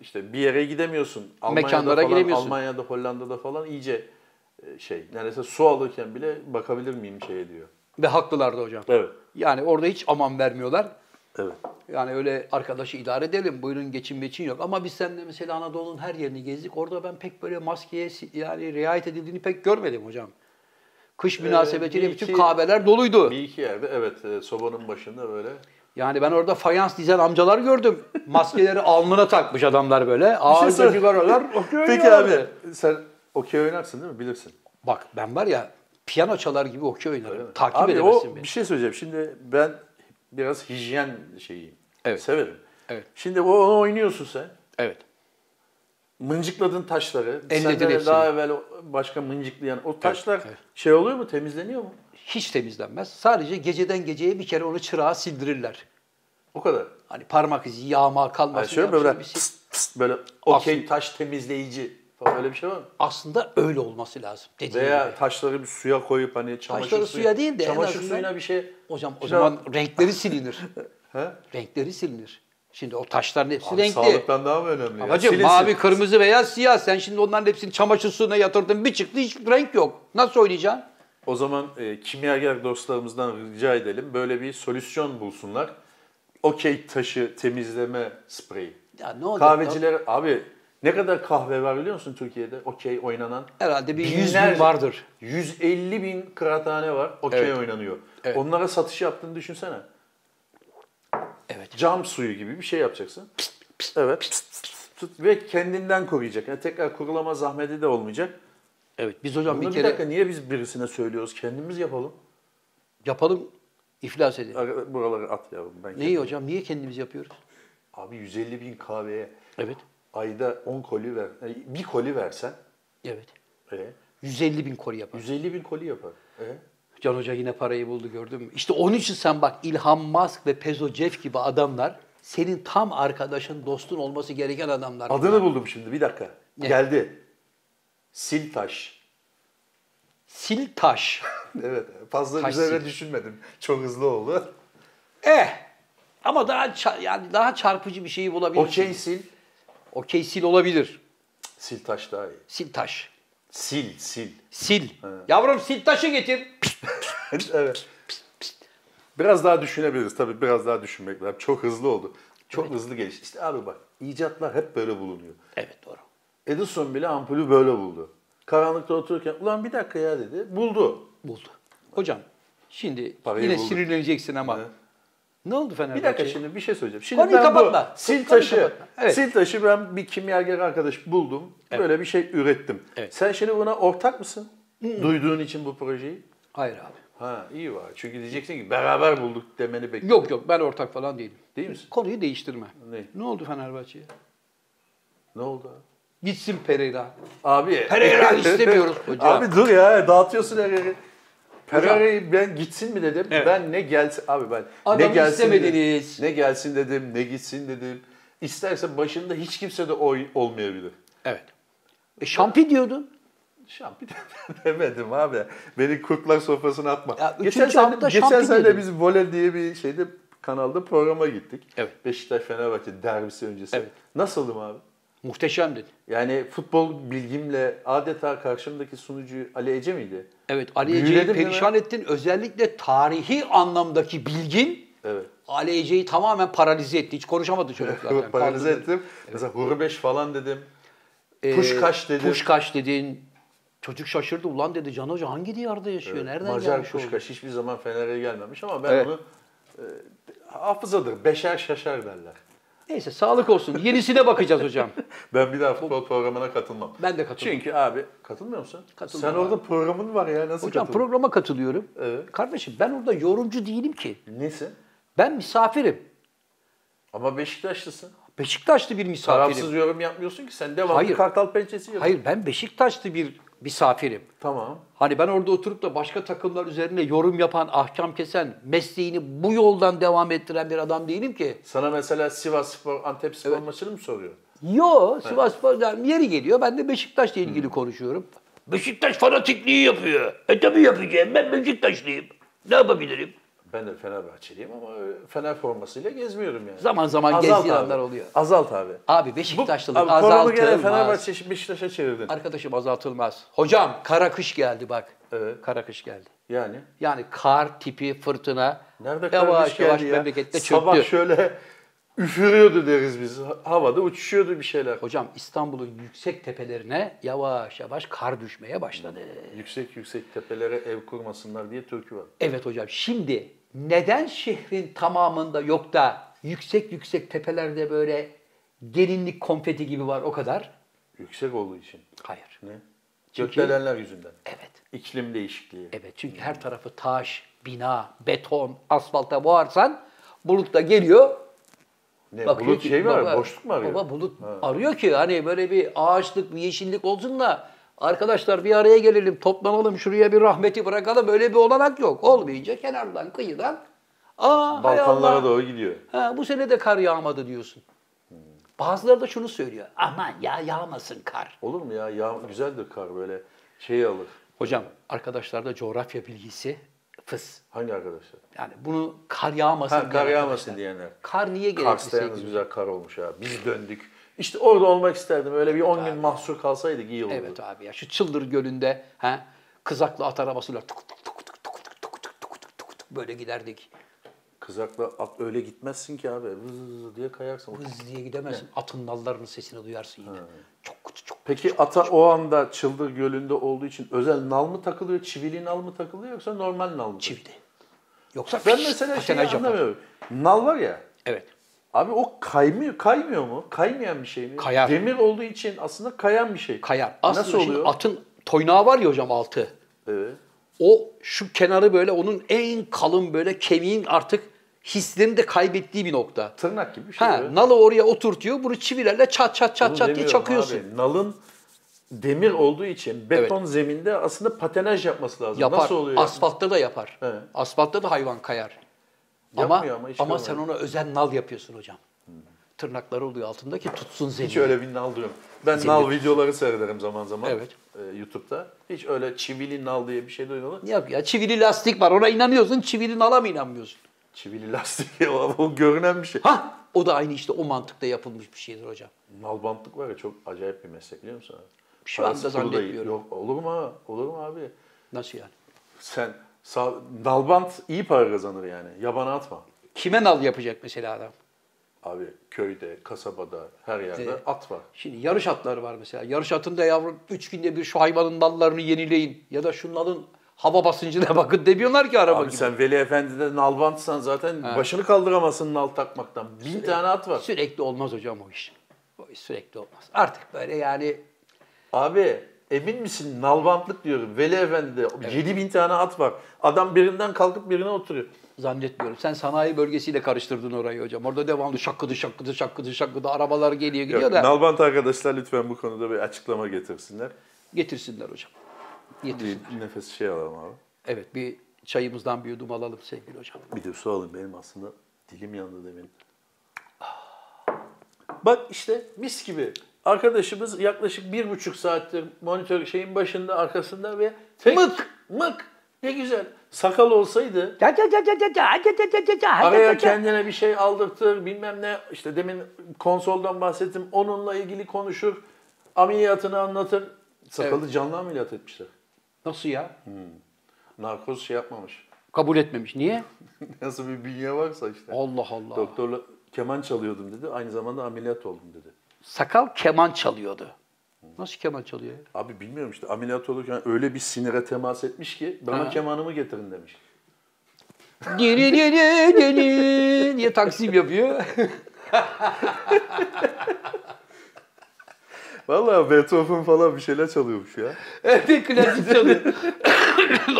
C: İşte bir yere gidemiyorsun. Almanya'da
A: Mekanlara
C: falan,
A: giremiyorsun.
C: Almanya'da, Hollanda'da falan iyice e, şey. Neredeyse su alırken bile bakabilir miyim şeye diyor.
A: Ve haklılardı hocam.
C: Evet.
A: Yani orada hiç aman vermiyorlar.
C: Evet.
A: Yani öyle arkadaşı idare edelim, buyurun geçin geçin yok. Ama biz seninle mesela Anadolu'nun her yerini gezdik. Orada ben pek böyle maskeye si- yani riayet edildiğini pek görmedim hocam. Kış münasebetiyle
C: Ee, bir
A: bütün
C: iki-
A: kahveler doluydu.
C: Bir iki yerde evet e, sobanın başında böyle
A: Yani ben orada fayans dizen amcalar gördüm. Maskeleri alnına takmış adamlar
C: şey
A: böyle. Ağırda
C: sorayım.
A: sigaralar.
C: Peki abi sen okey oynarsın değil mi? Bilirsin.
A: Bak ben var ya piyano çalar gibi okey
C: Değil
A: oynarım.
C: mi?
A: Takip
C: abi,
A: edemezsin
C: o,
A: beni.
C: Bir şey söyleyeceğim. Şimdi ben biraz hijyen şeyiyim.
A: Evet.
C: Severim.
A: Evet.
C: Şimdi o onu oynuyorsun sen.
A: Evet.
C: Mıncıkladın taşları.
A: Elledin
C: Senden
A: hepsini.
C: daha evvel o- başka mıncıklayan o taşlar
A: evet.
C: şey oluyor mu? Temizleniyor mu?
A: Hiç temizlenmez. Sadece geceden geceye bir kere onu çırağa sildirirler.
C: O kadar.
A: Hani parmak izi, yağma kalmasın.
C: Yani şöyle
A: diye
C: böyle
A: bir şey-
C: pıst pıst böyle okey
A: Aslında-
C: taş temizleyici falan öyle bir şey var mı?
A: Aslında öyle olması lazım. Dediğim
C: Veya
A: gibi.
C: taşları bir suya koyup hani çamaşır
A: Taşları
C: suyu-
A: suya değil de en
C: çamaşır
A: azından-
C: suyuna bir şey
A: Hocam o
C: Şey-
A: zaman renkleri silinir.
C: He?
A: renkleri silinir. Şimdi o taşların hepsi
C: Abi,
A: renkli.
C: sağlıktan daha mı önemli? ya?
A: Hacım
C: Silinsin.
A: mavi, kırmızı, beyaz, siyah. Sen şimdi onların hepsini çamaşır suyuna yatırdın. Bir çıktı hiç renk yok. Nasıl oynayacaksın?
C: O zaman e, kimyager dostlarımızdan rica edelim böyle bir solüsyon bulsunlar. Okey taşı temizleme spreyi.
A: Ya ne olur?
C: Kahveciler abi ne kadar kahve var biliyor musun Türkiye'de okey oynanan?
A: Herhalde bir yüz
C: Binlerce-
A: bin vardır.
C: 150 bin kıraathane var okey
A: Evet.
C: oynanıyor.
A: Evet.
C: Onlara satış yaptığını düşünsene.
A: Evet.
C: Cam suyu gibi bir şey yapacaksın. evet. Pist, pist, pist. Ve kendinden koruyacak. Yani tekrar kurulama zahmeti de olmayacak.
A: Evet. Biz hocam
C: Bunu
A: bir
C: bir
A: kere
C: dakika niye biz birisine söylüyoruz? Kendimiz yapalım.
A: yapalım iflas edin.
C: Ara- Buraları at yavrum ben.
A: Neyi hocam? Niye kendimiz yapıyoruz?
C: Abi 150 bin kahveye
A: Evet.
C: ayda 10 koli ver, e, bir koli versen
A: Evet.
C: e,
A: 150 bin koli yapar.
C: 150 bin koli yapar. E,
A: Can Hoca yine parayı buldu gördün mü? İşte onun için sen bak İlhan Musk ve Pezo Jeff gibi adamlar senin tam arkadaşın, dostun olması gereken adamlar.
C: adını buldum şimdi bir dakika.
A: Ne?
C: Geldi. Siltaş.
A: Sil taş.
C: Evet fazla
A: Taş
C: üzerine
A: sil.
C: düşünmedim. Çok hızlı oldu.
A: eh. Ama daha ça- yani daha çarpıcı bir şeyi bulabilirsin.
C: Okey sil.
A: Okey sil olabilir.
C: Sil taş daha iyi.
A: Sil taş.
C: Sil sil.
A: Sil. Yavrum sil taşı getir.
C: evet. Biraz daha düşünebiliriz tabii biraz daha düşünmek lazım. Çok hızlı oldu. Çok hızlı gelişti. İşte abi bak icatlar hep böyle bulunuyor.
A: Evet doğru.
C: Edison bile ampulü böyle buldu. Karanlıkta otururken ulan bir dakika ya dedi. Buldu.
A: Buldu. Hocam şimdi
C: Parayı
A: yine
C: bulduk.
A: sinirleneceksin ama. Ne oldu Fenerbahçe?
C: Bir dakika şimdi bir şey söyleyeceğim. Şimdi
A: Konuyu
C: ben
A: kapatma.
C: bu sil
A: Konuyu
C: taşı,
A: kapatma. Evet.
C: sil taşı ben bir kimyager arkadaş buldum. Böyle bir şey ürettim.
A: Evet. Hmm.
C: Sen şimdi buna ortak mısın? Duyduğun için bu projeyi.
A: Hayır abi.
C: Ha iyi var. Çünkü diyeceksin ki beraber bulduk demeni bekliyorum.
A: Yok yok ben ortak falan değilim.
C: Değil misin?
A: Konuyu değiştirme.
C: Ne?
A: Ne oldu Fenerbahçe'ye?
C: Ne oldu abi?
A: Gitsin Pereira.
C: Abi.
A: Pereira istemiyoruz hocam.
C: Abi dur ya dağıtıyorsun her yeri. Pereira'yı ben gitsin mi dedim.
A: Evet.
C: Ben ne gelsin abi ben ne
A: Adamı
C: gelsin
A: istemediniz.
C: Dedim, ne gelsin dedim, ne gitsin dedim. İsterse başında hiç kimse de oy olmayabilir.
A: Evet. E, şampi diyordun.
C: Şampiyon demedim abi. Beni kurtlar sofrasına atma.
A: Ya
C: geçen
A: üçüncü
C: sene,
A: hafta
C: geçen
A: şampiyon
C: sene
A: dedim.
C: biz voley diye bir şeyde kanalda programa gittik.
A: Evet.
C: Beşiktaş Fenerbahçe derbisi öncesi.
A: Evet.
C: Nasıldım abi?
A: Muhteşemdin.
C: Yani futbol bilgimle adeta karşımdaki sunucu Ali Ece miydi?
A: Evet Ali
C: Büyüledim
A: Ece'yi
C: değil mi?
A: perişan ettin. Özellikle tarihi anlamdaki bilgin
C: Evet.
A: Ali Ece'yi tamamen paralize etti. Hiç konuşamadı çocuk zaten.
C: Paralize
A: Kaldırdı.
C: ettim. Mesela Hurbeş falan dedim.
A: Ee,
C: Puşkaş dedim.
A: Puşkaş dedin. Çocuk şaşırdı. Ulan dedi Can Hoca hangi diyarda yaşıyor? Nereden
C: Ee, Macar
A: gelmiş o?"
C: Puşkaş hiçbir zaman Fener'e gelmemiş ama ben
A: Evet.
C: onu e, hafızadır. Beşer şaşar derler.
A: Neyse sağlık olsun. Yenisine bakacağız hocam.
C: Ben bir daha futbol programına katılmam.
A: Ben de katılmam.
C: Çünkü abi katılmıyor musun?
A: Katılmam
C: Sen orada programın var ya nasıl
A: Hocam
C: Hocam,
A: programa katılıyorum.
C: Evet.
A: Kardeşim ben orada yorumcu değilim ki.
C: Neyse.
A: Ben misafirim.
C: Ama Beşiktaşlısın.
A: Beşiktaşlı bir misafirim.
C: Tarafsız yorum yapmıyorsun ki sen devamlı
A: Hayır.
C: kartal pençesi yapıyorsun.
A: Hayır ben Beşiktaşlı bir misafirim.
C: Tamam.
A: Hani ben orada oturup da başka takımlar üzerine yorum yapan, ahkam kesen, mesleğini bu yoldan devam ettiren bir adam değilim ki.
C: Sana mesela Sivas Spor, Antep Spor maçını mı soruyor?
A: Yo, Sivas Spor der- yeri geliyor. Ben de Beşiktaş'la ilgili konuşuyorum.
B: Beşiktaş fanatikliği yapıyor. E tabii yapacağım. Ben Beşiktaşlıyım. Ne yapabilirim?
C: Ben de Fenerbahçeliyim ama öyle Fener formasıyla gezmiyorum yani.
A: Zaman zaman
C: Azalt
A: gezilenler
C: abi.
A: oluyor.
C: Azalt abi.
A: Abi
C: abi,
A: Beşiktaşlılık
C: korona gene
A: azaltılmaz.
C: Fenerbahçe şimdi Beşiktaş'a çevirdin.
A: Arkadaşım azaltılmaz. Hocam kara kış geldi bak. Ee,
C: Evet.
A: Kara kış geldi.
C: Yani
A: Yani kar tipi fırtına
C: nerede
A: yavaş
C: kardeş
A: yavaş
C: geldi ya?
A: memlekette
C: Sabah
A: çöktü.
C: şöyle üfürüyordu deriz biz. Havada uçuşuyordu bir şeyler.
A: Hocam İstanbul'un yüksek tepelerine yavaş yavaş kar düşmeye başladı.
C: Yüksek yüksek tepelere ev kurmasınlar diye türkü var.
A: Evet hocam şimdi neden şehrin tamamında yok da yüksek yüksek tepelerde böyle gelinlik konfeti gibi var o kadar?
C: Yüksek olduğu için.
A: Hayır.
C: Ne?
A: Çünkü- E,
C: Gökdelenler yüzünden.
A: Evet.
C: İklim değişikliği.
A: Evet çünkü her tarafı taş, bina, beton, asfalta boğarsan bulut da geliyor.
C: Ne
A: bakıyor
C: bulut
A: ki-
C: şey mi var?
A: baba-
C: Boşluk mu arıyor?
A: Baba bulut arıyor ki hani böyle bir ağaçlık, bir yeşillik olsun da arkadaşlar bir araya gelelim, toplanalım, şuraya bir rahmeti bırakalım. Öyle bir olanak yok. Olmayınca kenardan, kıyıdan aa hay
C: Balkanlara
A: Allah,
C: doğru gidiyor.
A: Ha, bu sene de kar yağmadı diyorsun. Bazıları da şunu söylüyor. Aman ya yağmasın kar.
C: Olur mu ya? ya güzeldir kar böyle şeyi alır.
A: Hocam arkadaşlarda coğrafya bilgisi fıs.
C: Hangi Hani arkadaşlar?
A: Yani bunu kar yağmasın
C: Ha, kar
A: diye
C: yağmasın diyenler.
A: Kar niye gerekli
C: Kars'ta yalnız
A: sevgili?
C: güzel kar olmuş ha. Biz döndük. İşte orada olmak isterdim. Öyle bir 10 gün mahsur kalsaydık iyi olurdu.
A: Evet abi ya şu Çıldır Gölü'nde ha, kızaklı at arabasıyla tuk tuk tuk tuk tuk tuk tuk tuk tuk tuk tuk tuk böyle giderdik.
C: Kızakla at öyle gitmezsin ki abi. Vız vız diye kayarsın.
A: Hız diye gidemezsin. Atın nallarının sesini duyarsın yine. Çok kutu çok.
C: Peki ata o anda Çıldır Gölü'nde olduğu için özel nal mı takılıyor, çivili nal mı takılıyor yoksa normal nal mı?
A: Çivili. Yoksa
C: Ben
A: fiş,
C: mesela şeyi
A: patenaj yapar.
C: anlamıyorum. Nal var ya,
A: Evet.
C: abi o kaymıyor, kaymıyor mu? Kaymayan bir şey mi?
A: Kayar.
C: Demir olduğu için aslında kayan bir şey.
A: Kayar. Aslında
C: Nasıl oluyor?
A: atın toynağı var ya hocam altı.
C: Evet.
A: O şu kenarı böyle onun en kalın böyle kemiğin artık hislerini de kaybettiği bir nokta.
C: Tırnak gibi bir şey.
A: Ha,
C: evet.
A: nalı oraya oturtuyor. Bunu çivilerle çat çat çat
C: Onu
A: çat diye
C: demiyorum
A: çakıyorsun.
C: abi. Nalın demir olduğu için beton zeminde aslında patenaj yapması lazım.
A: Yapar.
C: Nasıl oluyor?
A: Asfaltta da yapar.
C: He.
A: Asfaltta da hayvan kayar.
C: Yapmıyor
A: ama
C: ama hiç
A: ama
C: görmedim.
A: sen ona özen nal yapıyorsun hocam. Tırnakları oluyor altında ki tutsun zemini.
C: Hiç öyle bir nal diyorum. Ben
A: Seviyorum.
C: nal videoları seyrederim zaman zaman.
A: Evet.
C: e, YouTube'da. Hiç öyle çivili nal diye bir şey duymadım.
A: Ne yap ya? Çivili lastik var. Ona inanıyorsun. Çivili nala mı inanmıyorsun?
C: Çivili lastik o o görünen bir şey.
A: Ha, o da aynı işte o mantıkta yapılmış bir şeydir hocam.
C: Nal bantlık var ya çok acayip bir meslek biliyor musun? abi?
A: Şu anda
C: Parası pulu da
A: zannetmiyorum.
C: Yok, olur mu? ha? Olur mu abi?
A: Nasıl yani?
C: Sen sağ, nalbant iyi para kazanır yani. Yabana atma.
A: Kime nal yapacak mesela adam?
C: Abi köyde, kasabada, her yerde
A: Evet.
C: at var.
A: Şimdi yarış atları var mesela. Yarış atında yavrum 3 günde bir şu hayvanın nallarını yenileyin. Ya da şu nalın hava basıncına bakın demiyorlar ki araba
C: Abi
A: gibi.
C: sen Veli Efendi'de nalbantsan zaten başını kaldıramazsın nal takmaktan. Bin tane at var.
A: Sürekli olmaz hocam o iş. O iş sürekli olmaz. Artık böyle yani
C: Abi emin misin nalbantlık diyorum. Veli Efendi'de 7000 tane at var. Adam birinden kalkıp birine oturuyor.
A: zannetmiyorum. Sen sanayi bölgesiyle karıştırdın orayı hocam. Orada devamlı şakkıdı şakkıdı şakkıdı şakkıdı arabalar geliyor gidiyor
C: Yok,
A: da
C: Nalbant arkadaşlar lütfen bu konuda bir açıklama getirsinler.
A: getirsinler hocam. Getirsin.
C: Bir nefes şey alalım abi.
A: Evet bir çayımızdan bir yudum alalım sevgili hocam.
C: Bir de su alayım benim aslında dilim yandı demin. Bak işte mis gibi. Arkadaşımız yaklaşık bir buçuk saattir monitör şeyin başında arkasında ve tek,
A: Mık!
C: mık ne güzel. Sakal olsaydı
A: Ya, ya, ya, ya, ya, ya, ya, ya, ya, ya, ya, ya,
C: araya
A: ya.
C: kendine bir şey aldırtır bilmem ne işte demin konsoldan bahsettim onunla ilgili konuşur ameliyatını anlatır. Sakalı canlı ameliyat etmişler.
A: Nasıl ya?
C: Narkoz şey yapmamış.
A: Kabul etmemiş. Niye?
C: Nasıl bir bünye varsa işte.
A: Allah Allah.
C: Doktorla keman çalıyordum dedi. Aynı zamanda ameliyat oldum dedi.
A: Sakal keman çalıyordu. Nasıl keman çalıyor ya?
C: Abi bilmiyorum işte ameliyat olurken öyle bir sinire temas etmiş ki bana kemanımı getirin demiş.
A: Diri diri diri diye taksim yapıyor.
C: Vallahi Beethoven falan bir şeyler çalıyormuş ya.
A: Evet klasik çalıyor.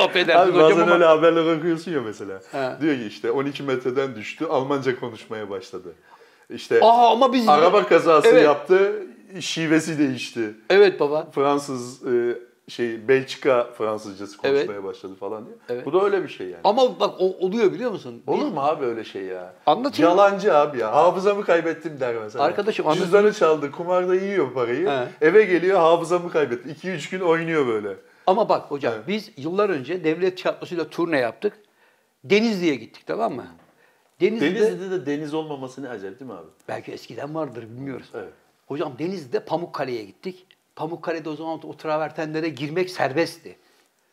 A: Affedersin
C: Abi
A: hocam
C: bazen
A: ama.
C: öyle haberler okuyorsun ya mesela.
A: Ha.
C: Diyor ki işte 12 metreden düştü Almanca konuşmaya başladı. İşte
A: Aa ama biz...
C: araba kazası
A: Evet.
C: yaptı şivesi değişti.
A: Evet baba.
C: Fransız e, şey Belçika Fransızcası
A: Evet.
C: konuşmaya başladı falan diyor.
A: Evet.
C: Bu da öyle bir şey yani.
A: Ama bak o, oluyor biliyor musun?
C: Olur mu abi öyle şey ya?
A: Anlatayım.
C: Yalancı abi ya. Hafızamı kaybettim der mesela.
A: Arkadaşım, anlatayım.
C: Cüzdanı çaldı, kumarda yiyor parayı.
A: He.
C: Eve geliyor hafızamı kaybetti. 2-3 gün oynuyor böyle.
A: Ama bak hocam
C: Evet.
A: biz yıllar önce devlet tiyatrosuyla turne yaptık. Denizli'ye gittik tamam mı? Denizli'de,
C: Denizli'de de deniz olmaması ne acayip değil mi abi?
A: belki eskiden vardır bilmiyoruz.
C: Evet.
A: Hocam Denizli'de Pamukkale'ye gittik. Pamukkale'de o zaman o travertenlere girmek serbestti.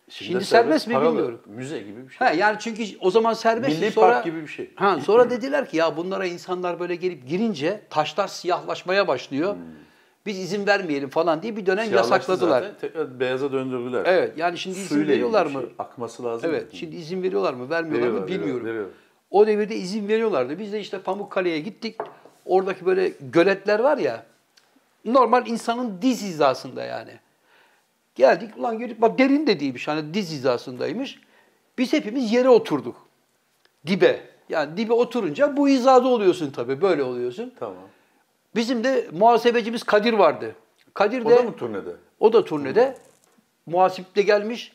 A: Şimdi,
C: de
A: serbest mi
C: paralı.
A: bilmiyorum.
C: Müze gibi bir şey.
A: Ha, yani çünkü o zaman serbest.
C: Milli
A: sonra,
C: park gibi bir şey.
A: Ha, sonra dediler ki ya bunlara insanlar böyle gelip girince taşlar siyahlaşmaya başlıyor. Biz izin vermeyelim falan diye bir dönem
C: Hmm. Siyahlaştı
A: yasakladılar.
C: zaten, tekrar beyaza döndürdüler.
A: Evet yani şimdi izin
C: Suyla
A: veriyorlar
C: ilgili
A: mı?
C: bir şey. Akması lazım.
A: Evet şimdi izin veriyorlar mı vermiyorlar
C: Veriyorlar,
A: mı bilmiyorum.
C: veriyorlar, veriyorlar.
A: O devirde izin veriyorlardı. Biz de işte Pamukkale'ye gittik. Oradaki böyle göletler var ya normal insanın diz hizasında yani. Geldik ulan gördük bak derin de değilmiş hani diz hizasındaymış. Biz hepimiz yere oturduk. Dibe. Yani dibe oturunca bu hizada oluyorsun tabii böyle oluyorsun.
C: Tamam.
A: Bizim de muhasebecimiz Kadir vardı. Kadir de
C: O da mı turnede?
A: o da turnede. Muhasip de gelmiş.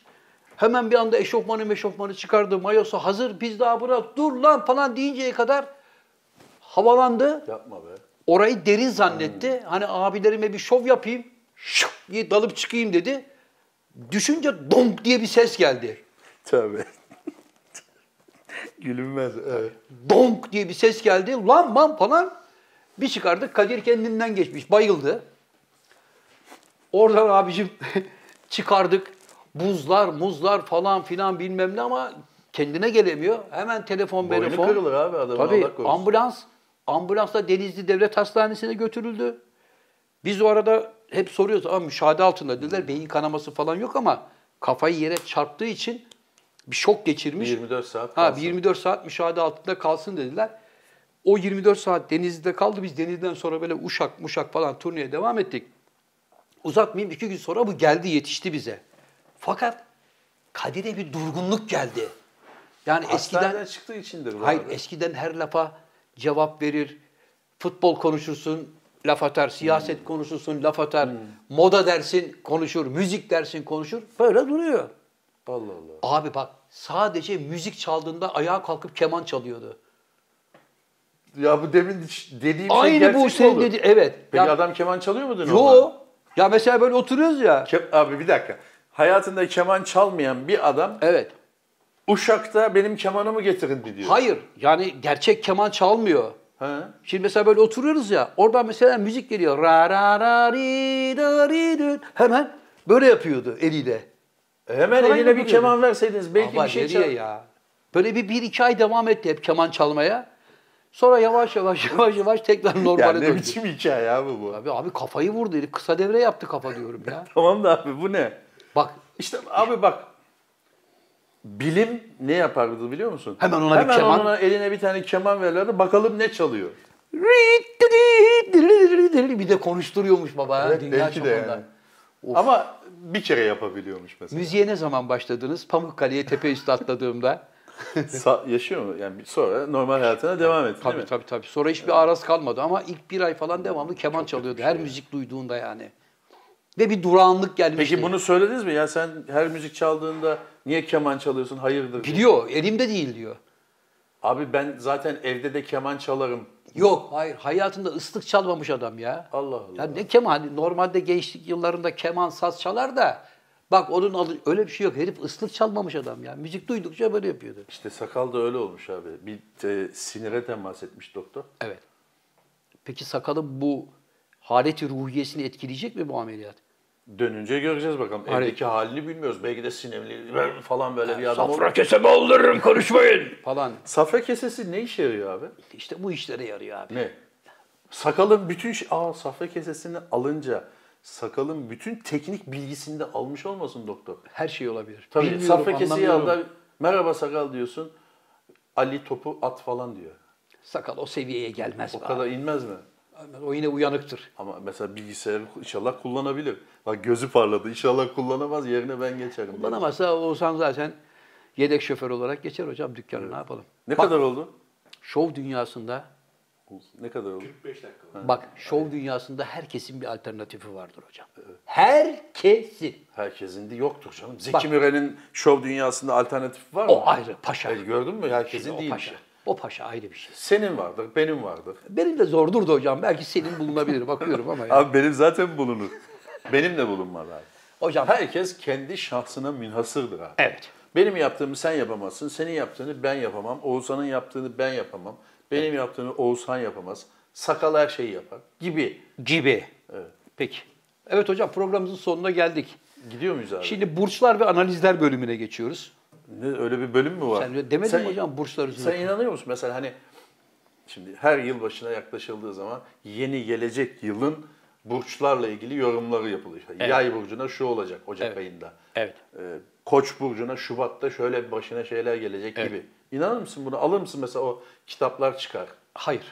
A: Hemen bir anda eşofmanı meşofmanı çıkardı. Mayosu hazır. Biz daha bura dur lan falan deyinceye kadar havalandı.
C: Yapma be.
A: Orayı derin zannetti. Hani abilerime bir şov yapayım. Şık diye dalıp çıkayım dedi. Düşünce donk diye bir ses geldi.
C: Tövbe. Gülünmez. Evet.
A: Donk diye bir ses geldi. Lan lan falan. Bir çıkardık. Kadir kendinden geçmiş. Bayıldı. Oradan abicim çıkardık. Buzlar, muzlar falan filan bilmem ne ama kendine gelemiyor. Hemen telefon,
C: Boynu
A: telefon.
C: kırılır abi adamın,
A: Tabii
C: Allah korusun.
A: ambulans. Ambulansla Denizli Devlet Hastanesi'ne götürüldü. Biz o arada hep soruyoruz ama müşahede altında dediler. Beyin kanaması falan yok ama kafayı yere çarptığı için bir şok geçirmiş.
C: 24 saat
A: Ha
C: kalsın.
A: 24 saat müşahede altında kalsın dediler. O 24 saat denizde kaldı. Biz denizden sonra böyle uşak muşak falan turneye devam ettik. Uzatmayayım iki gün sonra bu geldi yetişti bize. Fakat Kadir'e bir durgunluk geldi. Yani eskiden
C: Hastaneden çıktığı içindir bu
A: Hayır e-
C: arada.
A: eskiden her lafa cevap verir. Futbol konuşursun, laf atar. Siyaset konuşursun, laf atar. Moda dersin, konuşur. Müzik dersin, konuşur. Böyle duruyor.
C: Allah Allah.
A: Abi bak sadece müzik çaldığında ayağa kalkıp keman çalıyordu.
C: Ya bu demin dediğim şey
A: Aynı
C: gerçek
A: bu
C: mi
A: senin
C: olur?
A: dedi evet.
C: Peki
A: ya,
C: adam keman çalıyor mudur
A: yo. Ya mesela böyle oturuyoruz ya.
C: Ke- abi bir dakika. Hayatında keman çalmayan bir adam
A: Evet.
C: Uşak'ta benim kemanımı getirin diyor.
A: Hayır. Yani gerçek keman çalmıyor.
C: Ha?
A: Şimdi mesela böyle oturuyoruz ya. Oradan mesela müzik geliyor. Ra ra ra ri ra ri ri. Hemen böyle yapıyordu eliyle.
C: E Hemen
A: Aynı
C: eline bir
A: bu
C: keman verseydiniz belki
A: Ama
C: bir şey
A: nereye
C: çal-
A: ya? Böyle bir, bir iki ay devam etti hep keman çalmaya. Sonra yavaş yavaş yavaş yavaş tekrar
C: Ya
A: normale
C: ne
A: döndü.
C: biçim hikaye abi bu?
A: Abi, abi kafayı vurdu. herif. Kısa devre yaptı kafa diyorum ya.
C: Tamam da abi bu ne?
A: Bak
C: İşte abi bak bilim ne yapardı biliyor musun?
A: Hemen ona bir
C: Hemen
A: keman-
C: ona eline bir tane keman verirlerdi bakalım ne çalıyor.
A: bir de konuşturuyormuş baba.
C: Evet,
A: dünya
C: belki de
A: çapında.
C: yani. Ama bir kere yapabiliyormuş mesela.
A: Müziğe ne zaman başladınız? Pamukkale'ye tepe üstü atladığımda.
C: Sa- yaşıyor mu? Yani sonra normal hayatına devam etti değil
A: tabii
C: mi?
A: tabii tabii. Sonra hiçbir aras kalmadı ama ilk bir ay falan devamlı keman çalıyordu.
C: şey.
A: Her müzik duyduğunda yani. Ve bir durağanlık gelmişti.
C: Peki bunu söylediniz mi? Ya sen her müzik çaldığında niye keman çalıyorsun? Hayırdır? diye.
A: Biliyor. Elimde değil diyor.
C: Abi ben zaten evde de keman çalarım.
A: Yok hayır hayatında ıslık çalmamış adam ya.
C: Allah Allah.
A: Ya ne keman hani normalde gençlik yıllarında keman saz çalar da bak onun alı- öyle bir şey yok. Herif ıslık çalmamış adam ya. Müzik duydukça böyle yapıyordu.
C: İşte sakal da öyle olmuş abi. Bir e, sinire temas etmiş doktor.
A: Evet. Peki sakalı bu haleti ruhiyesini etkileyecek mi bu ameliyat?
C: Dönünce göreceğiz bakalım.
A: Hayır.
C: Evdeki halini bilmiyoruz. Belki de sinirli falan böyle bir adam.
A: Safra
C: olur.
A: keseme aldırırım konuşmayın falan.
C: Safra kesesi ne işe yarıyor abi?
A: İşte bu işlere yarıyor abi.
C: Ne? Sakalın bütün şey... Aa safra kesesini alınca sakalın bütün teknik bilgisini de almış olmasın doktor?
A: Her şey olabilir.
C: Tabii
A: Bilmiyorum,
C: safra keseyi
A: anlamıyorum.
C: aldı. Merhaba sakal diyorsun. Ali topu at falan diyor.
A: Sakal o seviyeye gelmez.
C: O
A: be
C: kadar inmez mi?
A: abi. O yine uyanıktır.
C: Ama mesela bilgisayarı inşallah kullanabilir. Bak gözü parladı. İnşallah kullanamaz. Yerine ben geçerim.
A: Kullanamazsa Oğuzhan zaten yedek şoför olarak geçer hocam dükkanı ne yapalım.
C: Ne
A: Bak,
C: kadar oldu?
A: Şov dünyasında
C: Ne kadar oldu?
A: bak şov dünyasında herkesin bir alternatifi vardır hocam. Herkesin.
C: Herkesin de yoktur canım. Zeki
A: Bak.
C: Müren'in şov dünyasında alternatif var mı?
A: O ayrı paşa.
C: E, gördün mü?
A: Şimdi
C: Herkesin
A: o
C: değil
A: paşa.
C: işte.
A: O paşa ayrı bir şey.
C: Senin vardır, benim vardır.
A: Benim de zordur da hocam. Belki senin bulunabilir bakıyorum ama. ya.
C: Abi benim zaten bulunur. benim de bulunmaz abi.
A: Hocam
C: Herkes kendi şahsına münhasırdır abi.
A: evet.
C: Benim yaptığımı sen yapamazsın, senin yaptığını ben yapamam, Oğuzhan'ın yaptığını ben yapamam, benim yaptığımı Oğuzhan yapamaz, sakal her şeyi yapar gibi.
A: Gibi.
C: Evet.
A: Peki. Evet hocam programımızın sonuna geldik.
C: Gidiyor muyuz abi?
A: Şimdi burçlar ve analizler bölümüne geçiyoruz.
C: Ne, öyle bir bölüm mü var?
A: Sen demedin
C: Sen-
A: mi hocam burçlar üzerine?
C: Sen inanıyor musun mesela hani şimdi her yılbaşına yaklaşıldığı zaman yeni gelecek yılın burçlarla ilgili yorumları yapılıyor. İşte Yay burcuna şu olacak Ocak
A: Evet.
C: ayında.
A: Evet.
C: Ee, Koç burcuna Şubat'ta şöyle başına şeyler gelecek gibi. İnanır mısın buna? Alır mısın mesela o kitaplar çıkar?
A: Hayır.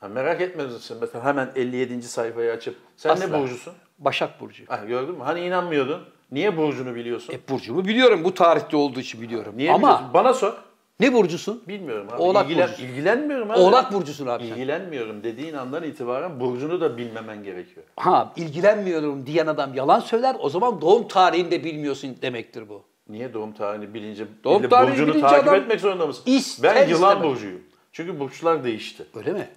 C: Ha, merak etmez misin mesela hemen 57. sayfayı açıp sen
A: Asla.
C: ne burcusun?
A: Başak Burcu.
C: Ha, gördün mü? Hani inanmıyordun. Niye burcunu biliyorsun?
A: E, burcumu biliyorum. Bu tarihte olduğu için biliyorum.
C: Niye
A: Ama
C: biliyorsun? Bana sor.
A: ne burcusun?
C: Bilmiyorum abi.
A: Oğlak
C: İlgilen-
A: burcu.
C: İlgilenmiyorum abi.
A: Oğlak burcusun abi sen.
C: İlgilenmiyorum dediğin andan itibaren burcunu da bilmemen gerekiyor.
A: Ha ilgilenmiyorum diyen adam yalan söyler. O zaman doğum tarihini de bilmiyorsun demektir bu.
C: Niye doğum tarihini bilince
A: Doğum
C: ille
A: tarihini
C: burcunu
A: bilince
C: takip
A: adam
C: etmek zorunda mısın?
A: ister
C: ben yılan
A: istemez.
C: burcuyum. Çünkü burçlar değişti.
A: Öyle mi?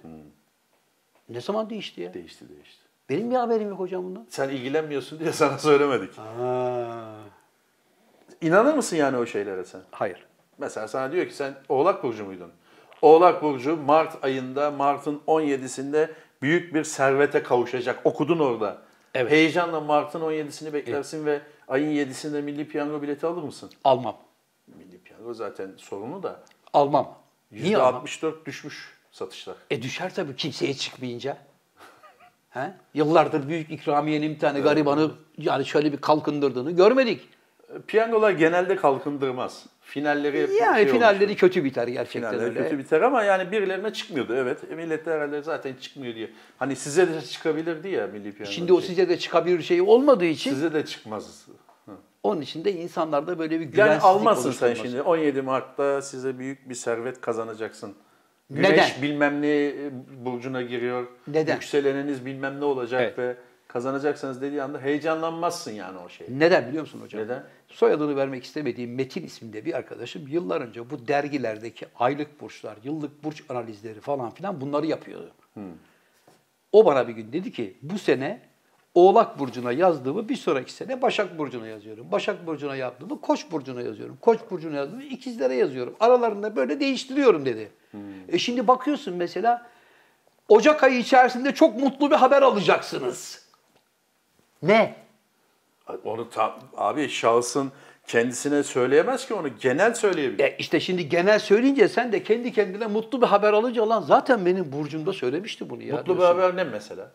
A: Ne zaman değişti ya?
C: Değişti değişti.
A: Benim bir haberim yok hocam bundan.
C: Sen ilgilenmiyorsun diye sana söylemedik. İnanır mısın yani o şeylere sen?
A: Hayır.
C: Mesela sana diyor ki sen Oğlak Burcu muydun? Oğlak Burcu Mart ayında, Mart'ın 17'sinde büyük bir servete kavuşacak. Okudun orada.
A: Evet.
C: Heyecanla Mart'ın 17'sini beklersin ve ayın 7'sinde milli piyango bileti alır mısın?
A: Almam.
C: Milli piyango zaten sorunu da
A: Almam. Niye almam?
C: %64 düşmüş satışlar.
A: E düşer tabii kimseye çıkmayınca. He? Yıllardır büyük ikramiyenin bir tane garibanı yani şöyle bir kalkındırdığını görmedik.
C: E, Piyangolar genelde kalkındırmaz. Finalleri hep
A: Yani
C: şey
A: finalleri
C: olmuş.
A: kötü biter gerçekten
C: Finalleri
A: öyle.
C: kötü biter ama yani birilerine çıkmıyordu evet. E, millet de herhalde zaten çıkmıyor diye. Hani size de çıkabilirdi ya milli piyango.
A: Şimdi o
C: şey.
A: size de çıkabilir şey olmadığı için
C: size de çıkmaz. Hı.
A: onun için de insanlarda böyle bir
C: Yani
A: güvensizlik
C: almazsın sen
A: oluşturulması.
C: şimdi. 17 Mart'ta size büyük bir servet kazanacaksın. Güneş
A: Neden?
C: bilmem ne e, burcuna giriyor.
A: Neden?
C: Yükseleniniz bilmem ne olacak
A: Evet.
C: ve kazanacaksanız dediği anda heyecanlanmazsın yani o şey.
A: Neden biliyor musun hocam?
C: Neden?
A: Soyadını vermek istemediğim Metin isminde bir arkadaşım yıllar önce bu dergilerdeki aylık burçlar, yıllık burç analizleri falan filan bunları yapıyordu.
C: Hmm.
A: O bana bir gün dedi ki bu sene Oğlak Burcu'na yazdığımı bir sonraki sene Başak Burcu'na yazıyorum. Başak Burcu'na yaptığımı Koç Burcu'na yazıyorum. Koç Burcu'na yazdığımı ikizlere yazıyorum. Aralarında böyle değiştiriyorum dedi.
C: Hmm.
A: E şimdi bakıyorsun mesela Ocak ayı içerisinde çok mutlu bir haber alacaksınız. Ne?
C: Onu tam abi şahsın kendisine söyleyemez ki onu genel söyleyebilir.
A: E işte şimdi genel söyleyince sen de kendi kendine mutlu bir haber alınca lan zaten benim burcumda söylemişti bunu ya.
C: mutlu bir
A: diyorsun.
C: haber ne mesela?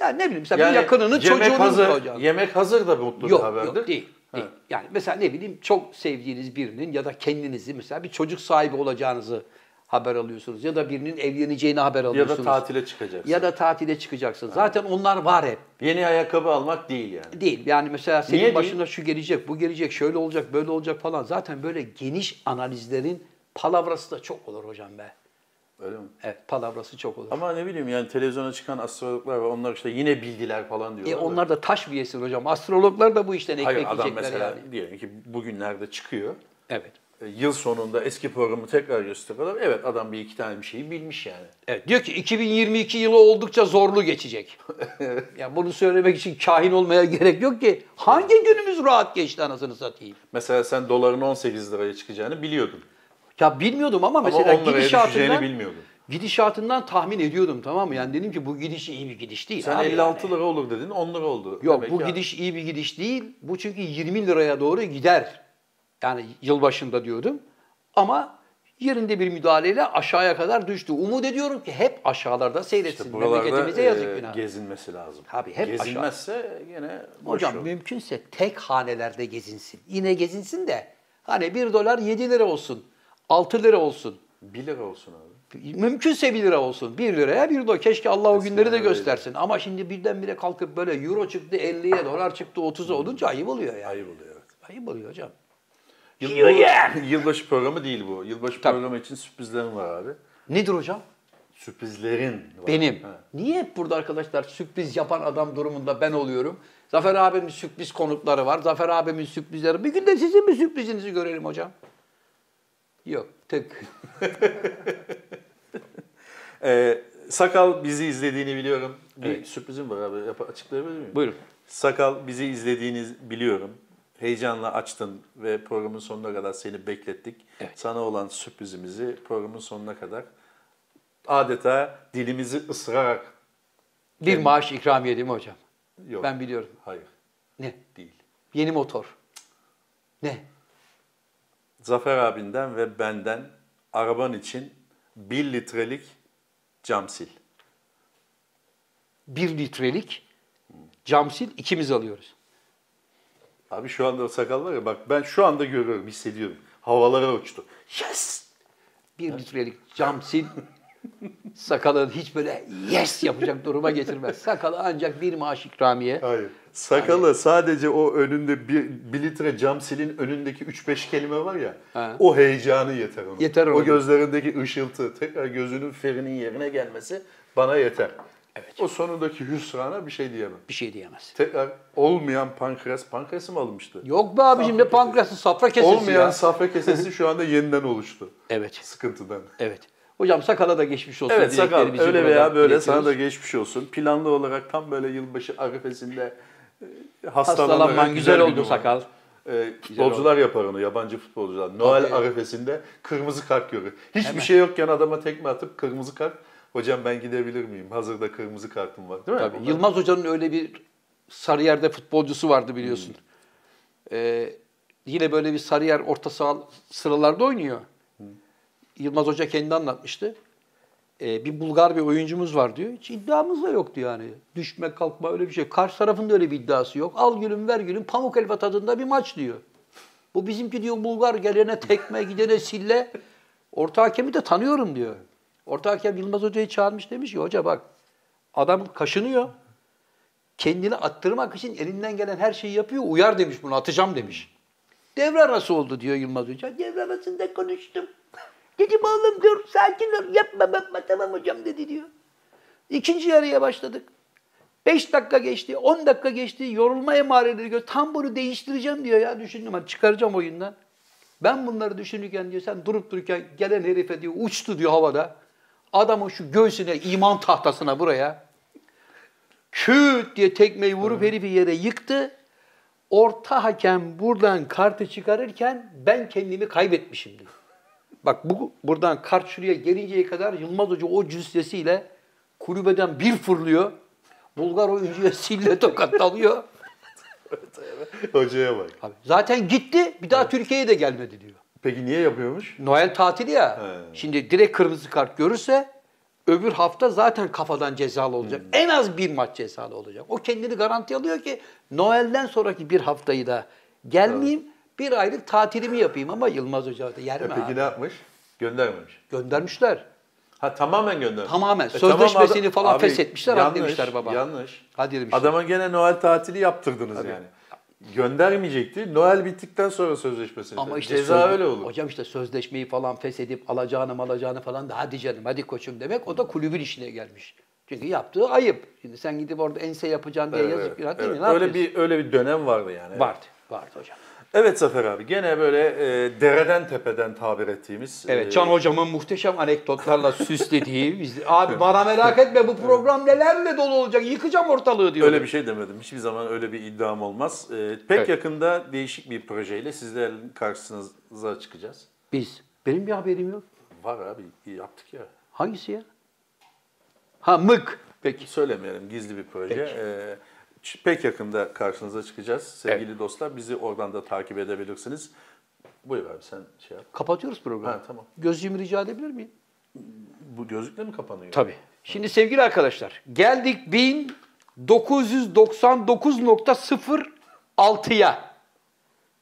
A: Ya ne bileyim mesela bir yakınının
C: yemek
A: çocuğunun
C: hazır,
A: hocam.
C: Yemek hazır da mutlu
A: yok
C: bir haberdir.
A: yok değil.
C: Ha.
A: değil. Yani mesela ne bileyim çok sevdiğiniz birinin ya da kendinizi mesela bir çocuk sahibi olacağınızı haber alıyorsunuz ya da birinin evleneceğini haber
C: Ya
A: alıyorsunuz.
C: da tatile çıkacaksın.
A: ya da tatile çıkacaksın. Zaten onlar var hep.
C: Yeni ayakkabı almak değil yani.
A: Değil. Yani mesela senin
C: Niye değil?
A: başına şu gelecek, bu gelecek, şöyle olacak, böyle olacak falan. Zaten böyle geniş analizlerin palavrası da çok olur hocam be.
C: Öyle mi?
A: Evet, palavrası çok olur.
C: Ama ne bileyim yani televizyona çıkan astrologlar var. Onlar işte yine bildiler falan diyorlar.
A: E
C: da.
A: onlar da taş bir yesin hocam. Astrologlar da bu işten ekmek
C: Hayır adam
A: yiyecekler
C: mesela
A: yani.
C: diyelim ki bugünlerde çıkıyor.
A: Evet.
C: E, Yıl sonunda eski programı tekrar gösteriyorlar. Evet adam bir iki tane bir şeyi bilmiş yani.
A: Evet diyor ki 2022 yılı oldukça zorlu geçecek. ya bunu söylemek için kahin olmaya gerek yok ki. Hangi günümüz rahat geçti anasını satayım?
C: Mesela sen doların 18 liraya çıkacağını biliyordun.
A: Ya bilmiyordum ama
C: Ama
A: mesela
C: 10 liraya düşeceğini
A: gidişatından
C: bilmiyordun.
A: gidişatından tahmin ediyordum tamam mı? Yani dedim ki bu gidiş iyi bir gidiş değil.
C: Sen
A: abi
C: 56
A: yani.
C: lira olur dedin 10 lira oldu.
A: Yok
C: Demek
A: bu
C: ki-
A: gidiş iyi bir gidiş değil. Bu çünkü 20 liraya doğru gider. Yani yılbaşında diyordum. Ama yerinde bir müdahaleyle aşağıya kadar düştü. Umut ediyorum ki hep aşağılarda seyretsin.
C: İşte
A: Memleketimize
C: buralarda
A: yazık
C: e,
A: günah.
C: gezinmesi lazım.
A: Tabii, hep aşağı.
C: Gezinmezse gene boş
A: Hocam
C: yol.
A: mümkünse tek hanelerde gezinsin. Yine gezinsin de hani 1 dolar 7 lira olsun. 6 lira olsun.
C: 1 lira olsun abi.
A: Mümkünse 1 lira olsun. 1 liraya 1 dolar. Keşke Allah o günleri de
C: öyleydi.
A: göstersin. Ama şimdi birdenbire kalkıp böyle euro çıktı 50'ye, dolar çıktı 30'a olunca ayıp oluyor yani.
C: Hmm. Ayıp oluyor. evet.
A: Ayıp oluyor hocam.
C: Yıl-
A: Yiyor
C: bu-
A: ya!
C: yılbaşı programı değil bu. Yılbaşı programı için sürprizlerim var abi.
A: Nedir hocam?
C: Sürprizlerin var.
A: Benim.
C: Ha.
A: Niye hep burada arkadaşlar sürpriz yapan adam durumunda ben oluyorum? Zafer abimin sürpriz konukları var. Zafer abimin sürprizleri. Bir gün de sizin bir sürprizinizi görelim hocam. Yok. Tık.
C: Ee, Sakal bizi izlediğini biliyorum. Bir sürprizim var abi. Yap- açıklayabilir miyim?
A: Buyurun.
C: Sakal bizi izlediğiniz biliyorum. heyecanla açtın ve programın sonuna kadar seni beklettik. Sana olan sürprizimizi programın sonuna kadar adeta dilimizi ısırarak
A: Bir maaş ikramiye değil mi hocam?
C: yok.
A: Ben biliyorum.
C: Hayır,
A: Ne?
C: değil.
A: Yeni motor. Ne?
C: Zafer abinden ve benden araban için 1 litrelik cam sil.
A: Bir litrelik cam sil ikimiz alıyoruz.
C: Abi şu anda o sakal var ya bak ben şu anda görüyorum, hissediyorum. Havalara uçtu.
A: Yes! Bir litrelik cam sil sakalı hiç böyle yes yapacak duruma getirmez. Sakalı ancak bir maaş ikramiye.
C: Hayır. Sakalı sadece o önünde bir, bir litre cam silin önündeki 3-5 kelime var ya.
A: Ha.
C: O heyecanı yeter ona.
A: Yeter ona.
C: O gözlerindeki ışıltı, tekrar gözünün ferinin yerine gelmesi bana yeter. Evet. O sonundaki hüsrana bir şey diyemem.
A: Bir şey diyemez.
C: Tekrar olmayan pankreas, pankreası mı alınmıştı?
A: Yok be abicim ne pankreası safra kesesi
C: olmayan
A: ya.
C: safra kesesi şu anda yeniden oluştu.
A: Evet,
C: Sıkıntıdan.
A: evet. Hocam sakala da geçmiş olsun.
C: Evet sakal
A: dileklerimizi
C: öyle
A: buradan
C: veya böyle sana
A: iletiyoruz.
C: da geçmiş olsun. Planlı olarak tam böyle yılbaşı arifesinde e, hastalanarak
A: Hastalanman güzel
C: bir
A: oldu
C: durum.
A: sakal.
C: E, futbolcular yapar onu yabancı futbolcular. Noel
A: Tabii.
C: arifesinde kırmızı kart görür. Hiçbir şey yokken adama tekme atıp kırmızı kart. Hocam ben gidebilir miyim? Hazırda kırmızı kartım var değil mi?
A: Tabii.
C: Bunlar-
A: Yılmaz Hoca'nın öyle bir Sarıyer'de futbolcusu vardı biliyorsun.
C: Hmm.
A: Ee, yine böyle bir Sarıyer orta saha sıralarda oynuyor.
C: Hmm.
A: Yılmaz Hoca kendi anlatmıştı. Ee, bir Bulgar bir oyuncumuz var diyor. Hiç iddiamız da yoktu yani. Düşme kalkma öyle bir şey. Karşı tarafın da öyle bir iddiası yok. Al gülüm ver gülüm pamuk elfa tadında bir maç diyor. Bu bizimki diyor Bulgar gelene tekme gidene sille. Orta hakemi de tanıyorum diyor. Orta hakem Yılmaz Hoca'yı çağırmış demiş ki hoca bak adam kaşınıyor. Kendini attırmak için elinden gelen her şeyi yapıyor. Uyar demiş bunu atacağım demiş. Devre arası oldu diyor Yılmaz Hoca. Devre arasında konuştum. Dedim oğlum dur sakin ol yapma bakma tamam hocam dedi diyor. İkinci yarıya başladık. 5 dakika geçti, 10 dakika geçti. Yorulma emareleri gör. Tam bunu değiştireceğim diyor ya. Düşündüm hani çıkaracağım oyundan. Ben bunları düşünürken diyor sen durup dururken gelen herife diyor uçtu diyor havada. Adamın şu göğsüne iman tahtasına buraya küt diye tekmeyi vurup herifi yere yıktı. Orta hakem buradan kartı çıkarırken ben kendimi kaybetmişim diyor. Bak bu buradan kart şuraya gelinceye kadar Yılmaz Hoca o cüssesiyle kulübeden bir fırlıyor. Bulgar oyuncuya sille tokat alıyor.
C: Hocaya bak.
A: Abi zaten gitti bir daha Türkiye'ye de gelmedi diyor.
C: Peki niye yapıyormuş?
A: Noel tatili ya.
C: He.
A: Şimdi direkt kırmızı kart görürse öbür hafta zaten kafadan cezalı olacak.
C: Hmm.
A: En az bir maç cezalı olacak. O kendini garanti alıyor ki Noel'den sonraki bir haftayı da gelmeyeyim. Bir aylık tatilimi yapayım ama Yılmaz Hoca da yer
C: E
A: mi
C: peki
A: abi?
C: ne yapmış? Göndermemiş.
A: Göndermişler.
C: Ha tamamen göndermiş.
A: Tamamen.
C: tamam
A: Sözleşmesini
C: adam-
A: falan
C: Abi,
A: feshetmişler,
C: yanlış,
A: haddemişler baba.
C: Yanlış.
A: Hadi demişler.
C: Adama gene Noel tatili yaptırdınız yani. Göndermeyecekti. Noel bittikten sonra sözleşmesini.
A: Ama işte
C: Ceza
A: söz-
C: öyle olur.
A: Hocam işte sözleşmeyi falan feshedip alacağını malacağını falan da hadi canım hadi koçum demek o da kulübün işine gelmiş. Çünkü yaptığı ayıp. Şimdi sen gidip orada ense yapacaksın diye
C: Evet,
A: yazık
C: evet,
A: günah
C: evet.
A: değil mi? Ne
C: Öyle
A: yapıyorsun?
C: bir öyle bir dönem vardı yani.
A: Vardı. Vardı hocam.
C: Evet Zafer abi gene böyle e, dereden tepeden tabir ettiğimiz.
A: Evet
C: e,
A: Can hocamın muhteşem anekdotlarla süslediği biz abi bana merak etme bu program nelerle dolu olacak yıkacağım ortalığı diyor.
C: Öyle bir şey demedim. Hiçbir zaman öyle bir iddiam olmaz. E, pek
A: Evet.
C: yakında değişik bir projeyle sizlerin karşınıza çıkacağız.
A: Biz. Benim bir haberim yok.
C: Var abi yaptık ya.
A: Hangisi ya? Ha mık. Peki.
C: Söylemeyelim gizli bir proje. E, ç- pek yakında karşınıza çıkacağız sevgili dostlar. Bizi oradan da takip edebilirsiniz. Buyur abi sen şey yap.
A: Kapatıyoruz programı.
C: Ha, tamam.
A: Gözlüğümü rica edebilir miyim?
C: Bu gözlükle mi kapanıyor?
A: Tabii. Şimdi sevgili arkadaşlar geldik 1999.06'ya.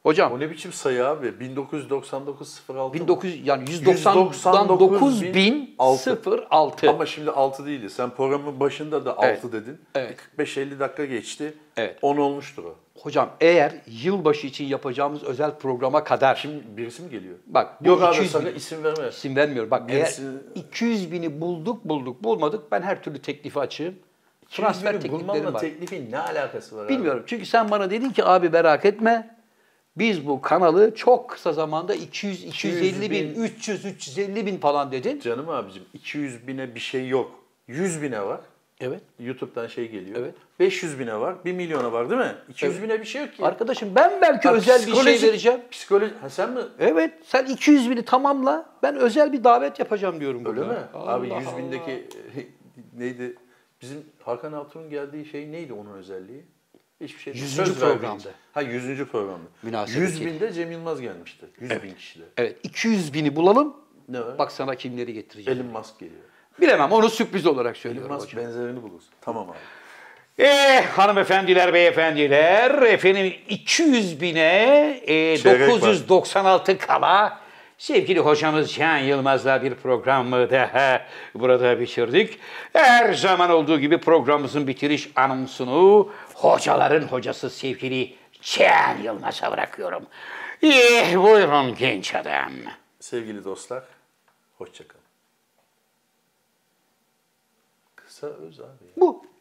A: Hocam
C: O ne biçim sayı abi? 1999 06 mı?
A: 1900 yani 199 bin 06.
C: Ama şimdi 6 değildi. Sen programın başında da 6
A: Evet.
C: dedin.
A: Evet.
C: 45-50 dakika geçti.
A: Evet.
C: 10 olmuştur o.
A: Hocam eğer yılbaşı için yapacağımız özel programa kadar şimdi
C: Şimdi birisi mi geliyor?
A: bak bu
C: Yok abi
A: 200
C: sana
A: bin-
C: isim verme.
A: isim vermiyorum. Bak
C: Birisi-
A: eğer 200 bini bulduk bulduk bulmadik ben her türlü teklifi açığım.
C: 200
A: Transfer
C: bini
A: tekliflerim
C: bulmanla
A: var.
C: teklifin ne alakası var abi?
A: Bilmiyorum. Çünkü sen bana dedin ki abi merak etme. Biz bu kanalı çok kısa zamanda 200, 250 bin,
C: bin,
A: 300, 350 bin falan dedin.
C: Canım abicim 200 bine bir şey yok. 100 bine var.
A: Evet.
C: YouTube'dan şey geliyor.
A: Evet.
C: 500 bine var, 1 milyona var değil mi? 200 bine bir şey yok ki.
A: Arkadaşım ben belki
C: Ha,
A: özel bir şey
C: psikolojik-
A: vereceğim.
C: Psikoloji, ha sen mi?
A: Evet sen 200 bini tamamla ben özel bir davet yapacağım diyorum
C: Öyle
A: burada.
C: mi?
A: Allah
C: Abi 100
A: Allah.
C: bindeki neydi? Bizim Hakan Altun'un geldiği şey neydi onun özelliği? Hiçbir şey değil.
A: Yüzüncü
C: Söz vermeyiz.
A: programda.
C: Ha 100. programda.
A: Münasebeti.
C: 100 binde Cem Yılmaz gelmişti. 100 bin kişide.
A: Evet 200 bini bulalım
C: Ne var?
A: bak sana kimleri getireceğim.
C: Elon Musk geliyor.
B: Bilemem onu sürpriz olarak
C: Elon
B: söylüyorum hocam.
C: Musk benzerini bulursun. Tamam abi.
B: Eh hanımefendiler, beyefendiler, efendim 200 bine e,
C: Çeyrek
B: 996 kala sevgili hocamız Can Yılmaz'la bir programı daha burada bitirdik. Her zaman olduğu gibi programımızın bitiriş anonsunu hocaların hocası sevgili Can Yılmaz'a bırakıyorum. Eh buyurun genç adam.
C: Sevgili dostlar, hoşçakalın. Kısa öz abi ya.
B: Bu